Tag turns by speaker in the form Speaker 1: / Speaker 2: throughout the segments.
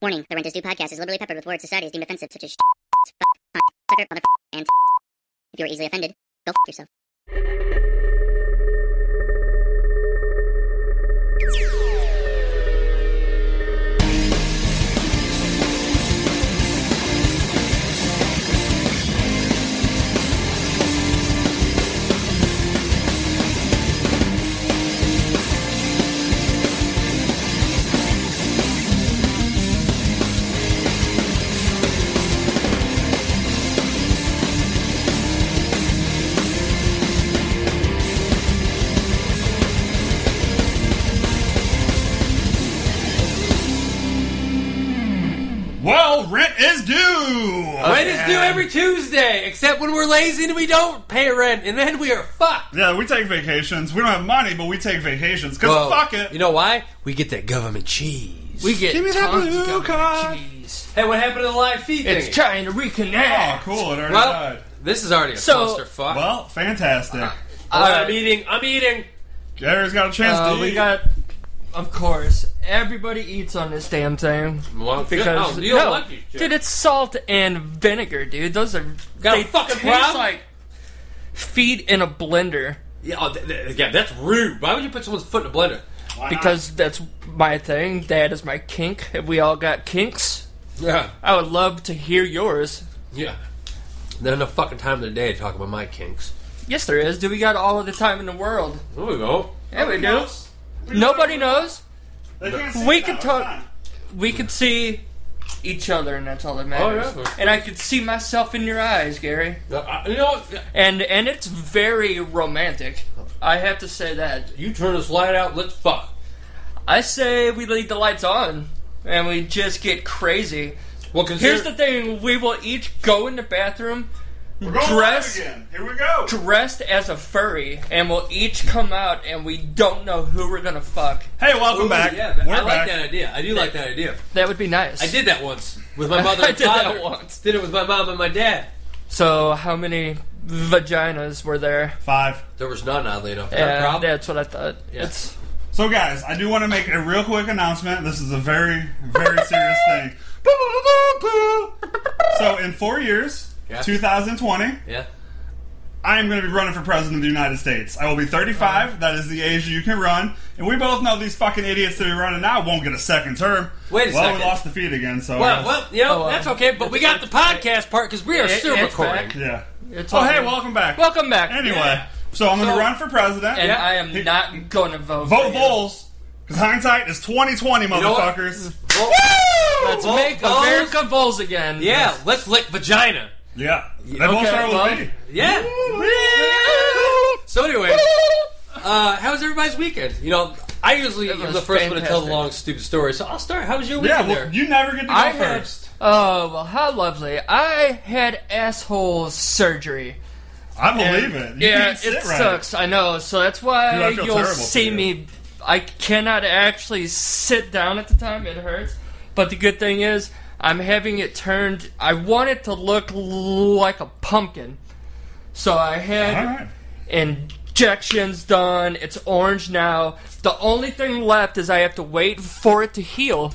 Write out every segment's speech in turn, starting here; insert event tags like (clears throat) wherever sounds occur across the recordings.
Speaker 1: Warning: The Renters Do podcast is liberally peppered with words society has deemed offensive, such as sh- fuck, cunt, sucker, mother, and f- if you are easily offended, go f- yourself.
Speaker 2: Well, rent is due.
Speaker 3: Rent is due every Tuesday, except when we're lazy and we don't pay rent, and then we are fucked.
Speaker 2: Yeah, we take vacations. We don't have money, but we take vacations because
Speaker 3: Well,
Speaker 2: fuck it.
Speaker 3: You know why? We get that government cheese. We get
Speaker 2: Give me that
Speaker 3: tons of
Speaker 2: blue
Speaker 3: government
Speaker 2: card.
Speaker 3: cheese. Hey, what happened to the live feed
Speaker 4: It's
Speaker 3: thingy?
Speaker 4: trying to reconnect.
Speaker 2: oh, cool. It already
Speaker 3: well, uh,
Speaker 2: died.
Speaker 3: this is already a
Speaker 4: So-
Speaker 3: clusterfuck.
Speaker 2: Well, fantastic.
Speaker 3: Alright,
Speaker 4: Alright.
Speaker 3: I'm eating. I'm eating.
Speaker 2: Gary's got a chance
Speaker 4: Uh,
Speaker 2: to
Speaker 4: we
Speaker 2: eat.
Speaker 4: got, of course, everybody eats on this damn thing
Speaker 3: Well,
Speaker 4: because
Speaker 3: oh, you don't
Speaker 4: no,
Speaker 3: like these shit.
Speaker 4: dude, it's salt and vinegar, dude. Those are
Speaker 3: Got a
Speaker 4: they
Speaker 3: fucking
Speaker 4: taste
Speaker 3: problem?
Speaker 4: like feet in a blender
Speaker 3: Yeah, oh, th- th- yeah, that's rude. Why would you put someone's foot in a blender?
Speaker 2: Why not?
Speaker 4: because that's my thing. That is my kink. Have we all got kinks?
Speaker 3: Yeah,
Speaker 4: I would love to hear yours.
Speaker 3: yeah. There's no fucking time of the day to talk about my kinks.
Speaker 4: Yes, there is. Do we got all of the time in the world?
Speaker 3: There we go.
Speaker 4: Yeah, we
Speaker 2: Who
Speaker 4: do.
Speaker 2: knows?
Speaker 4: Nobody knows.
Speaker 2: They can't see
Speaker 4: We
Speaker 2: it now.
Speaker 4: can
Speaker 2: It's
Speaker 4: talk-
Speaker 2: fine.
Speaker 4: We could see each other, and that's all that matters.
Speaker 3: Oh, yeah.
Speaker 4: And I could see myself in your eyes, Gary.
Speaker 3: Uh, uh, you know, what?
Speaker 4: And and it's very romantic. I have to say that.
Speaker 3: you turn this light out. Let's fuck.
Speaker 4: I say we leave the lights on, and we just get crazy.
Speaker 3: Well, consider-
Speaker 4: Here's the thing: we will each go in the bathroom
Speaker 2: We're going
Speaker 4: Dress-
Speaker 2: live again. Here we go.
Speaker 4: dressed as a furry, and we'll each come out, and we don't know who we're gonna fuck.
Speaker 2: Hey, welcome
Speaker 3: Ooh,
Speaker 2: back.
Speaker 3: Yeah, that-
Speaker 2: We're
Speaker 3: I like
Speaker 2: back.
Speaker 3: that idea. I do like that idea.
Speaker 4: That would be nice.
Speaker 3: I did that once with
Speaker 4: (laughs)
Speaker 3: my mother.
Speaker 4: I
Speaker 3: and
Speaker 4: did that
Speaker 3: father.
Speaker 4: once.
Speaker 3: Did it with my mom and my dad.
Speaker 4: So, how many vaginas were there?
Speaker 2: Five.
Speaker 3: There was none, oddly enough. Not a
Speaker 4: Yeah,
Speaker 3: problem.
Speaker 4: that's what I thought. It's
Speaker 2: So, guys, I do want to make a real quick announcement. This is a very, very serious thing.
Speaker 3: (laughs)
Speaker 2: So, in four years,
Speaker 3: Yeah.
Speaker 2: 2020,
Speaker 3: Yeah.
Speaker 2: I am going to be running for president of the United States. I will be 35. that is the age you can run. And we both know these fucking idiots that are running now won't get a second term.
Speaker 3: Wait a
Speaker 2: well, we
Speaker 3: second.
Speaker 2: lost the feed again, so.
Speaker 3: Well, well, you know,
Speaker 4: Oh, uh,
Speaker 3: that's okay, but we got the podcast part because we are
Speaker 4: It-
Speaker 3: still
Speaker 4: it's
Speaker 3: recording.
Speaker 4: back.
Speaker 2: yeah.
Speaker 4: It's
Speaker 2: oh,
Speaker 4: all
Speaker 2: hey,
Speaker 4: good.
Speaker 2: welcome back.
Speaker 4: Welcome back.
Speaker 2: Anyway,
Speaker 3: Yeah.
Speaker 2: so I'm going to
Speaker 3: So-
Speaker 2: run for president.
Speaker 4: and
Speaker 3: Yeah.
Speaker 4: I am not going to vote. for
Speaker 2: Vote
Speaker 4: you.
Speaker 2: Voles, because hindsight is 2020,
Speaker 3: know what?
Speaker 2: motherfuckers.
Speaker 3: Well,
Speaker 4: Let's
Speaker 3: Vote
Speaker 4: make
Speaker 3: Vols.
Speaker 4: America Vols again.
Speaker 3: yeah, let's lick vagina.
Speaker 2: Yeah. They
Speaker 4: Okay,
Speaker 2: both start with
Speaker 4: well-
Speaker 2: V.
Speaker 3: Yeah. so anyway, uh, how was everybody's weekend? You know, I usually am
Speaker 4: was
Speaker 3: the first one to tell the
Speaker 4: fantastic.
Speaker 3: long, stupid story, so I'll start. How was your
Speaker 2: Yeah,
Speaker 3: weekend
Speaker 2: well,
Speaker 3: there?
Speaker 2: you never get to go
Speaker 4: I had-
Speaker 2: first.
Speaker 4: Oh well, how lovely! I had asshole surgery.
Speaker 2: I believe it. You
Speaker 4: yeah,
Speaker 2: can't sit
Speaker 4: it
Speaker 2: right.
Speaker 4: sucks. I know. So that's why
Speaker 2: Dude, I feel
Speaker 4: you'll
Speaker 2: terrible for
Speaker 4: see
Speaker 2: you.
Speaker 4: me. I cannot actually sit down at the time. It hurts. But the good thing is, I'm having it turned. I want it to look l- like a pumpkin. So I had
Speaker 2: All right.
Speaker 4: injections done. It's orange now. The only thing left is I have to wait for it to heal,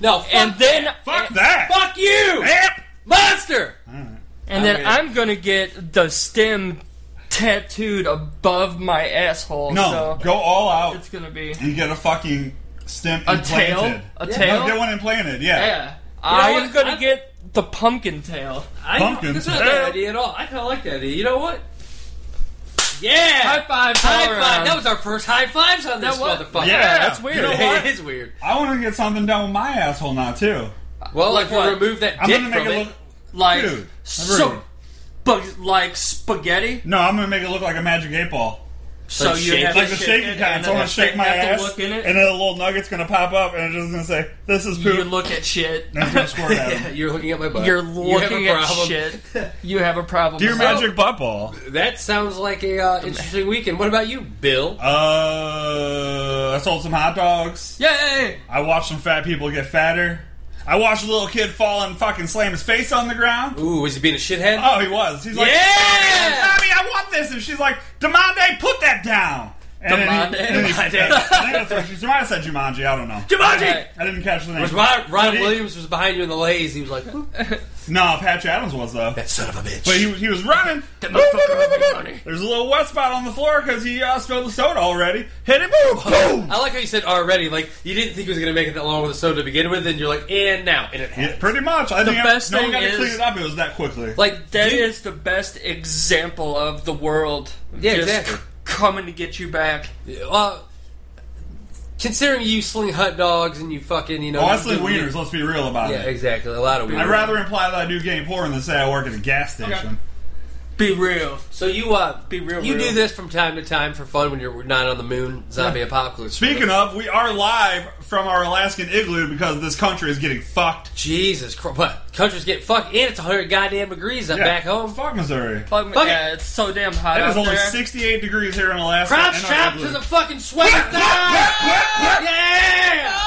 Speaker 3: no, fuck
Speaker 4: and then
Speaker 2: Fuck that.
Speaker 3: Fuck you,
Speaker 2: Yep.
Speaker 3: monster.
Speaker 4: and then
Speaker 3: Okay.
Speaker 4: I'm gonna get the stem tattooed above my asshole.
Speaker 2: No,
Speaker 4: so
Speaker 2: go all out.
Speaker 4: it's gonna be
Speaker 2: You get a fucking stem
Speaker 4: a
Speaker 2: implanted.
Speaker 4: tail, a
Speaker 3: Yeah.
Speaker 4: tail.
Speaker 2: No, get one implanted. Yeah.
Speaker 4: Yeah, I'm
Speaker 3: what?
Speaker 4: gonna
Speaker 3: I'm-
Speaker 4: get the pumpkin tail.
Speaker 3: I
Speaker 2: Pumpkin.
Speaker 3: That's not a
Speaker 2: Yeah.
Speaker 3: bad idea at all. I kind of like that idea. You know what? Yeah.
Speaker 4: High fives all
Speaker 3: High five.
Speaker 4: around.
Speaker 3: That was our first high fives on this
Speaker 4: That was-
Speaker 3: motherfucker.
Speaker 2: Yeah,
Speaker 4: that's weird.
Speaker 3: You know
Speaker 4: Hey, (laughs)
Speaker 3: what? (laughs) It is weird.
Speaker 2: I want to get something done with my asshole now too.
Speaker 3: Well,
Speaker 4: Like
Speaker 3: if we
Speaker 4: what?
Speaker 3: remove that (laughs)
Speaker 2: I'm
Speaker 3: dick
Speaker 2: gonna
Speaker 3: from
Speaker 2: make it
Speaker 3: it,
Speaker 2: look.
Speaker 4: like
Speaker 2: Dude, rude.
Speaker 4: so, but like spaghetti.
Speaker 2: No, I'm gonna make it look like a magic eight ball.
Speaker 4: So you
Speaker 3: shake-
Speaker 4: have
Speaker 2: Like
Speaker 4: to
Speaker 2: the
Speaker 4: shake
Speaker 2: shaking
Speaker 4: it,
Speaker 2: kind.
Speaker 4: and
Speaker 2: So I'm
Speaker 4: then
Speaker 2: gonna shake my
Speaker 4: have to
Speaker 2: ass,
Speaker 4: look in it.
Speaker 2: and then a little nugget's gonna pop up, and it's just gonna say, "This is
Speaker 4: you
Speaker 2: poop."
Speaker 4: look at shit.
Speaker 2: and
Speaker 4: (laughs)
Speaker 2: it's gonna squirt at him.
Speaker 3: You're looking at my butt.
Speaker 4: You're
Speaker 3: You have a
Speaker 4: looking at
Speaker 3: problem.
Speaker 4: shit. You have a problem.
Speaker 2: Dear
Speaker 4: So-
Speaker 2: magic butt ball.
Speaker 3: (laughs) That sounds like a uh, interesting weekend. What about you, Bill?
Speaker 2: Uh, I sold some hot dogs.
Speaker 4: Yay!
Speaker 2: I watched some fat people get fatter. I watched a little kid fall and fucking slam his face on the ground.
Speaker 3: Ooh, is he being a shithead?
Speaker 2: uh, Oh, he was. He's like,
Speaker 3: yeah.
Speaker 2: (laughs) Mommy, I want this. And she's like, Demande, put that down. And then
Speaker 4: Jumanji.
Speaker 2: he- and then he- I think that's what- she might have said Jumanji. I don't know.
Speaker 3: Jumanji!
Speaker 2: I didn't catch the name.
Speaker 3: Was Ron, Ron
Speaker 2: But he-
Speaker 3: Williams was behind you in the lays. He was like, "Whoop,
Speaker 2: No, Patch Adams was though.
Speaker 3: that son of a bitch.
Speaker 2: But he, he was running.
Speaker 4: That motherfucker was big money.
Speaker 2: There's a little wet spot on the floor because he uh, spilled the soda already. Hit it, boom, boom.
Speaker 3: I like how you said already. Like you didn't think he was going to make it that long with the soda to begin with, and you're like, and now, and it
Speaker 2: Yeah,
Speaker 3: happened.
Speaker 2: pretty much. I
Speaker 4: The
Speaker 2: think
Speaker 4: best
Speaker 2: I, no
Speaker 4: thing
Speaker 2: one got to
Speaker 4: is-
Speaker 2: clean it up. It was that quickly.
Speaker 3: Like
Speaker 4: That
Speaker 3: dude,
Speaker 4: is the best example of the world
Speaker 3: Yeah,
Speaker 4: just
Speaker 3: exactly.
Speaker 4: c- coming to get you back.
Speaker 3: Uh, considering you sling hot dogs and you fucking, you know,
Speaker 2: oh, I
Speaker 3: you
Speaker 2: sling
Speaker 3: do-
Speaker 2: wieners. Let's be real about
Speaker 3: Yeah,
Speaker 2: it.
Speaker 3: exactly. A lot of
Speaker 2: I'd
Speaker 3: wieners.
Speaker 2: rather imply that I do game porn than say I work at a gas station.
Speaker 4: Be real.
Speaker 3: So you uh,
Speaker 4: Be real,
Speaker 3: You
Speaker 4: real.
Speaker 3: do this from time to time for fun when you're not on the moon, zombie apocalypse.
Speaker 2: Speaking of, we are live from our Alaskan igloo because this country is getting fucked.
Speaker 3: Jesus Christ, but countries get fucked, and it's 100 goddamn degrees up
Speaker 2: Yeah.
Speaker 3: back home.
Speaker 2: Fuck Missouri.
Speaker 4: Fuck,
Speaker 3: Fuck
Speaker 4: yeah, it's so damn hot
Speaker 2: It
Speaker 4: out
Speaker 2: is only
Speaker 4: there.
Speaker 2: 68 degrees here in Alaska.
Speaker 3: Crouch
Speaker 2: in our
Speaker 3: trap
Speaker 2: igloo.
Speaker 3: to the fucking sweat. yeah!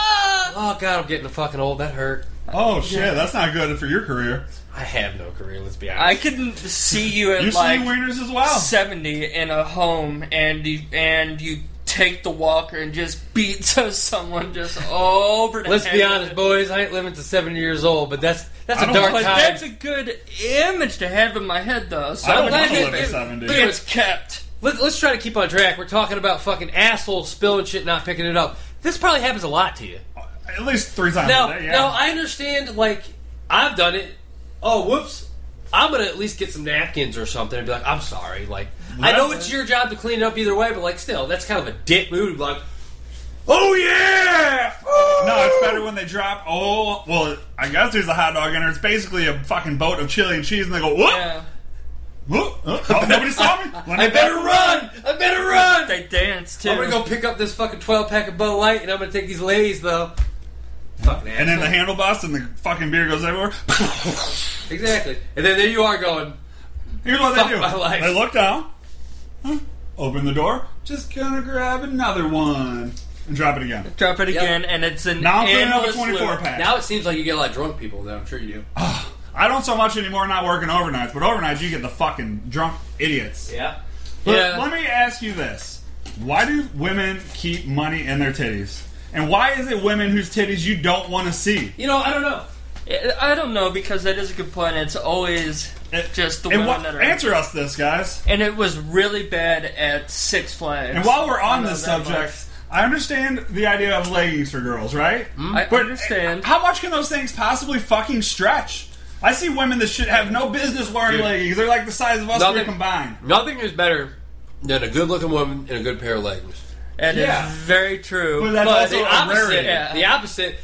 Speaker 3: Oh god, I'm getting fucking old. That hurt.
Speaker 2: Oh shit, that's not good for your career.
Speaker 3: I have no career. Let's be
Speaker 4: I
Speaker 3: honest.
Speaker 4: can see you at
Speaker 2: You're
Speaker 4: like
Speaker 2: slinging wieners as well.
Speaker 4: 70 in a home and you, and you take the walker and just beat (laughs) to someone just over the
Speaker 3: Let's be
Speaker 4: head.
Speaker 3: honest, boys. I ain't living to 70 years old, but that's that's
Speaker 2: I
Speaker 3: a
Speaker 2: don't
Speaker 3: dark
Speaker 2: like-
Speaker 4: But
Speaker 3: time.
Speaker 4: that's a good image to have in my head, though. So
Speaker 2: I
Speaker 4: I'm
Speaker 2: would
Speaker 4: glad
Speaker 2: love to
Speaker 4: it-
Speaker 2: live at
Speaker 4: it-
Speaker 2: 70.
Speaker 4: it was kept.
Speaker 3: Let, let's try to keep on track. We're talking about fucking assholes spilling shit, not picking it up. This probably happens a lot to you.
Speaker 2: At least three times
Speaker 3: Now,
Speaker 2: a day, Oh, yeah.
Speaker 3: now I understand. Like I've done it. Oh, whoops. I'm gonna at least get some napkins or something and be like, I'm sorry. Like I know it's your job to clean it up either way, but like still, that's kind of a dick move. to be Like, oh yeah. Oh!
Speaker 2: no, it's better when they drop. Oh, well, I guess there's a hot dog in there. It's basically a fucking boat of chili and cheese, and they go, whoop,
Speaker 4: Yeah.
Speaker 2: whoop, oh, oh, nobody saw me. Let me
Speaker 3: I better run! I better run!
Speaker 4: They dance too.
Speaker 3: I'm gonna go pick up this fucking 12 pack of Bud Light and I'm gonna take these Lays though. Fucking
Speaker 2: And then
Speaker 3: asshole.
Speaker 2: the handle busts, and the fucking beer goes everywhere.
Speaker 3: Exactly. And then there you are going.
Speaker 2: Here's what
Speaker 3: Fuck
Speaker 2: they do.
Speaker 3: my life.
Speaker 2: They look down, huh, open the door, just gonna grab another one and drop it again.
Speaker 4: Drop it again, and it's an
Speaker 2: Now I'm filling up a
Speaker 4: endless
Speaker 2: 24
Speaker 4: loop.
Speaker 2: pack.
Speaker 3: Now it seems like you get a lot of drunk people though, I'm sure you do.
Speaker 2: I don't so much anymore not working overnights, but overnights you get the fucking drunk idiots.
Speaker 3: Yeah.
Speaker 2: But
Speaker 3: yeah.
Speaker 2: let me ask you this. Why do women keep money in their titties? And why is it women whose titties you don't want to see?
Speaker 3: you know, I don't know.
Speaker 4: Yeah, I don't know because that is a good point. It's always just the
Speaker 2: and
Speaker 4: women
Speaker 2: what,
Speaker 4: that are.
Speaker 2: answer us this, guys.
Speaker 4: And it was really bad at Six Flags.
Speaker 2: And while we're
Speaker 4: I
Speaker 2: on
Speaker 4: know
Speaker 2: this
Speaker 4: that
Speaker 2: subject, I understand the idea of leggings for girls, right?
Speaker 4: much. I
Speaker 2: (laughs)
Speaker 4: understand.
Speaker 2: How much can those things possibly fucking stretch? I see women that should have no business wearing
Speaker 3: Dude.
Speaker 2: leggings. They're like the size of us three
Speaker 3: Nothing-
Speaker 2: combined.
Speaker 3: Nothing is better than a good looking woman and a good pair of leggings.
Speaker 4: That is
Speaker 2: yeah.
Speaker 4: very true.
Speaker 2: But that's
Speaker 3: But
Speaker 2: also
Speaker 3: the
Speaker 2: a
Speaker 3: opposite,
Speaker 2: rarity.
Speaker 4: yeah.
Speaker 3: the opposite,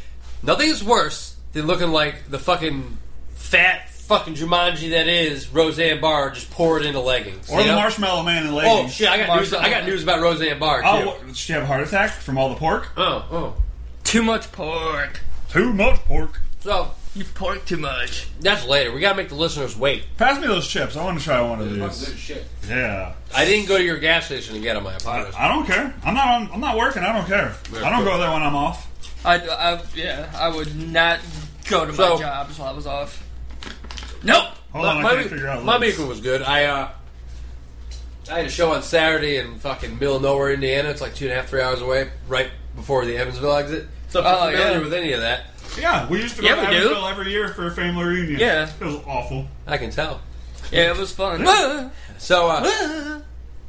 Speaker 3: nothing is worse than looking like the fucking fat fucking Jumanji that is Roseanne Barr just poured into leggings.
Speaker 2: Or
Speaker 3: you
Speaker 2: the
Speaker 3: know?
Speaker 2: marshmallow man in leggings.
Speaker 3: Oh shit! I got news. I got news about Roseanne Barr. Too.
Speaker 2: Oh, what, did she have a heart attack from all the pork?
Speaker 3: oh, oh.
Speaker 4: too much pork.
Speaker 2: Too much pork.
Speaker 3: So
Speaker 4: You pork too much.
Speaker 3: that's later. We gotta make the listeners wait.
Speaker 2: Pass me those chips. I want to try one of these.
Speaker 3: shit.
Speaker 2: Yeah.
Speaker 3: I didn't go to your gas station to get them. I apologize.
Speaker 2: I don't care. I'm not. On, I'm not working. I don't care.
Speaker 3: Yeah,
Speaker 2: I don't
Speaker 3: cool.
Speaker 2: go there when I'm off.
Speaker 4: I, I yeah. I would not go to
Speaker 3: So-
Speaker 4: my jobs while I was off. Nope.
Speaker 2: Hold on, I
Speaker 3: my
Speaker 2: can't
Speaker 3: week-
Speaker 2: figure out.
Speaker 3: my
Speaker 2: lyrics.
Speaker 3: weekend was good. I uh, I had a show on Saturday in fucking middle of nowhere, Indiana. It's like two and a half, three hours away, right before the Evansville exit. So if you're
Speaker 4: Oh,
Speaker 3: familiar
Speaker 4: yeah.
Speaker 3: with any of that,
Speaker 2: Yeah, we used to go
Speaker 4: Yeah,
Speaker 2: to
Speaker 4: we do.
Speaker 2: Evansville every year for a family reunion.
Speaker 4: Yeah.
Speaker 2: it was awful.
Speaker 3: I can tell.
Speaker 4: Yeah, it was (laughs) fun.
Speaker 3: So, uh, (laughs)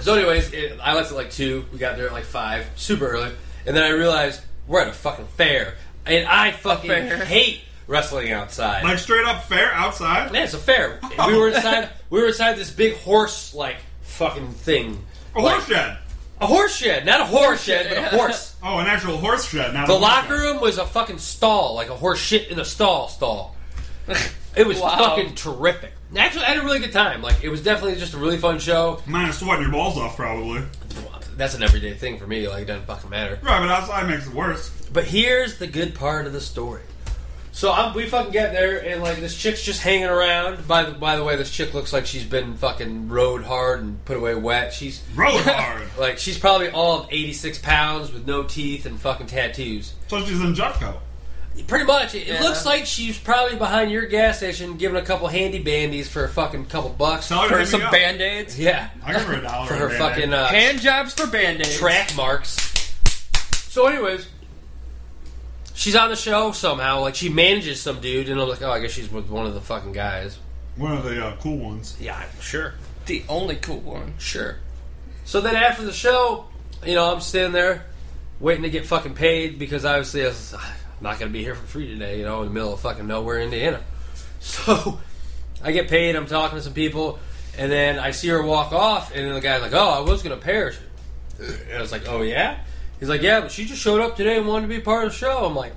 Speaker 3: so anyways, it, I left at like two. We got there at like five, super early, and then I realized we're at a fucking fair, and I fucking
Speaker 4: fair.
Speaker 3: hate wrestling outside.
Speaker 2: Like straight up fair outside.
Speaker 3: Man, it's a fair. We were inside. we were inside this big horse like fucking thing.
Speaker 2: A horse shed.
Speaker 3: A horse shed, not a horse shed, but a horse.
Speaker 2: Oh, an actual horse shed. Not
Speaker 3: The
Speaker 2: a horse
Speaker 3: locker
Speaker 2: shed.
Speaker 3: room was a fucking stall, like a horse shit in a stall stall. It was
Speaker 4: Wow.
Speaker 3: fucking terrific. Actually, I had a really good time. Like, it was definitely just a really fun show.
Speaker 2: Mine is sweating your balls off, probably.
Speaker 3: That's an everyday thing for me. Like, it doesn't fucking matter.
Speaker 2: Right, but outside makes it worse.
Speaker 3: But here's the good part of the story. So I'm, we fucking get there, and like this chick's just hanging around. By the by the way, this chick looks like she's been fucking rode hard and put away wet. She's
Speaker 2: Road
Speaker 3: (laughs)
Speaker 2: hard.
Speaker 3: like she's probably all of 86 pounds with no teeth and fucking tattoos.
Speaker 2: So she's in Jutco.
Speaker 3: Pretty much. It, it
Speaker 4: Yeah.
Speaker 3: looks like she's probably behind your gas station giving a couple handy bandies for a fucking couple bucks.
Speaker 2: Tell her to
Speaker 4: for
Speaker 2: hit me
Speaker 4: some
Speaker 2: up.
Speaker 4: band aids.
Speaker 3: Yeah.
Speaker 2: I give her a dollar
Speaker 3: For her
Speaker 2: a day.
Speaker 3: fucking uh,
Speaker 4: Hand jobs for band aids.
Speaker 3: track marks. So, anyways, she's on the show somehow. Like, she manages some dude, and I'm like, oh, I guess she's with one of the fucking guys.
Speaker 2: one of the uh, cool ones.
Speaker 3: Yeah, I'm sure.
Speaker 4: The only cool one.
Speaker 3: Sure. So then after the show, you know, I'm standing there waiting to get fucking paid because obviously I was, "Ah, I'm not going to be here for free today, you know, in the middle of fucking nowhere, Indiana. (laughs) So I get paid, I'm talking to some people, and then I see her walk off, and then the guy's like, oh, I was going to pay her. And I was like, oh, yeah? He's like, yeah, but she just showed up today and wanted to be part of the show. I'm like,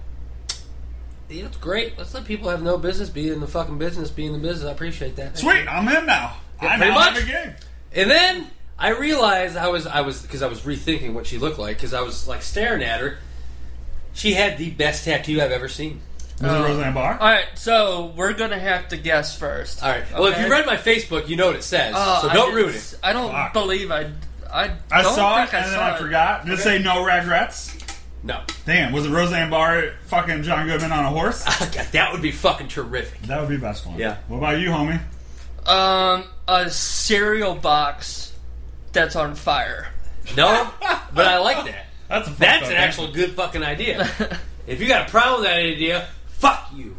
Speaker 3: yeah, that's great. Let's let people have no business being in the fucking business, being in the business. I appreciate that. Thank you.
Speaker 2: Sweet, I'm in now.
Speaker 3: Yeah,
Speaker 2: I
Speaker 3: pretty
Speaker 2: now have a
Speaker 3: much. Uh,
Speaker 2: gig.
Speaker 3: And then I realized I was I was because I was rethinking what she looked like because I was like staring at her. She had the best tattoo I've ever seen.
Speaker 2: Was it Roseanne Barr?
Speaker 3: uh,
Speaker 4: All right, so we're gonna have to guess first.
Speaker 3: All right. Well, if
Speaker 4: Okay?
Speaker 3: you read my Facebook, you know what it says.
Speaker 4: Uh,
Speaker 3: so
Speaker 4: I
Speaker 3: don't
Speaker 4: didn't
Speaker 3: ruin
Speaker 4: s-
Speaker 3: it.
Speaker 4: I don't
Speaker 2: Fuck.
Speaker 4: believe I. I,
Speaker 2: I
Speaker 4: don't
Speaker 2: saw it
Speaker 4: think
Speaker 2: and
Speaker 4: I
Speaker 2: then
Speaker 4: saw
Speaker 2: I
Speaker 4: it.
Speaker 2: forgot. Did it say no Ragrets?
Speaker 3: No, (laughs)
Speaker 2: Damn, was it Roseanne Barr fucking John Goodman on a
Speaker 3: (laughs)
Speaker 2: horse?
Speaker 3: that would be fucking terrific.
Speaker 2: that would be best one.
Speaker 3: Yeah.
Speaker 2: What about you, homie?
Speaker 4: Um, a cereal box that's on fire. (laughs)
Speaker 3: No, but I like that.
Speaker 2: That's a fucked
Speaker 3: That's
Speaker 2: up
Speaker 3: an
Speaker 2: answer.
Speaker 3: actual good fucking idea. If you got a problem with that idea, fuck you.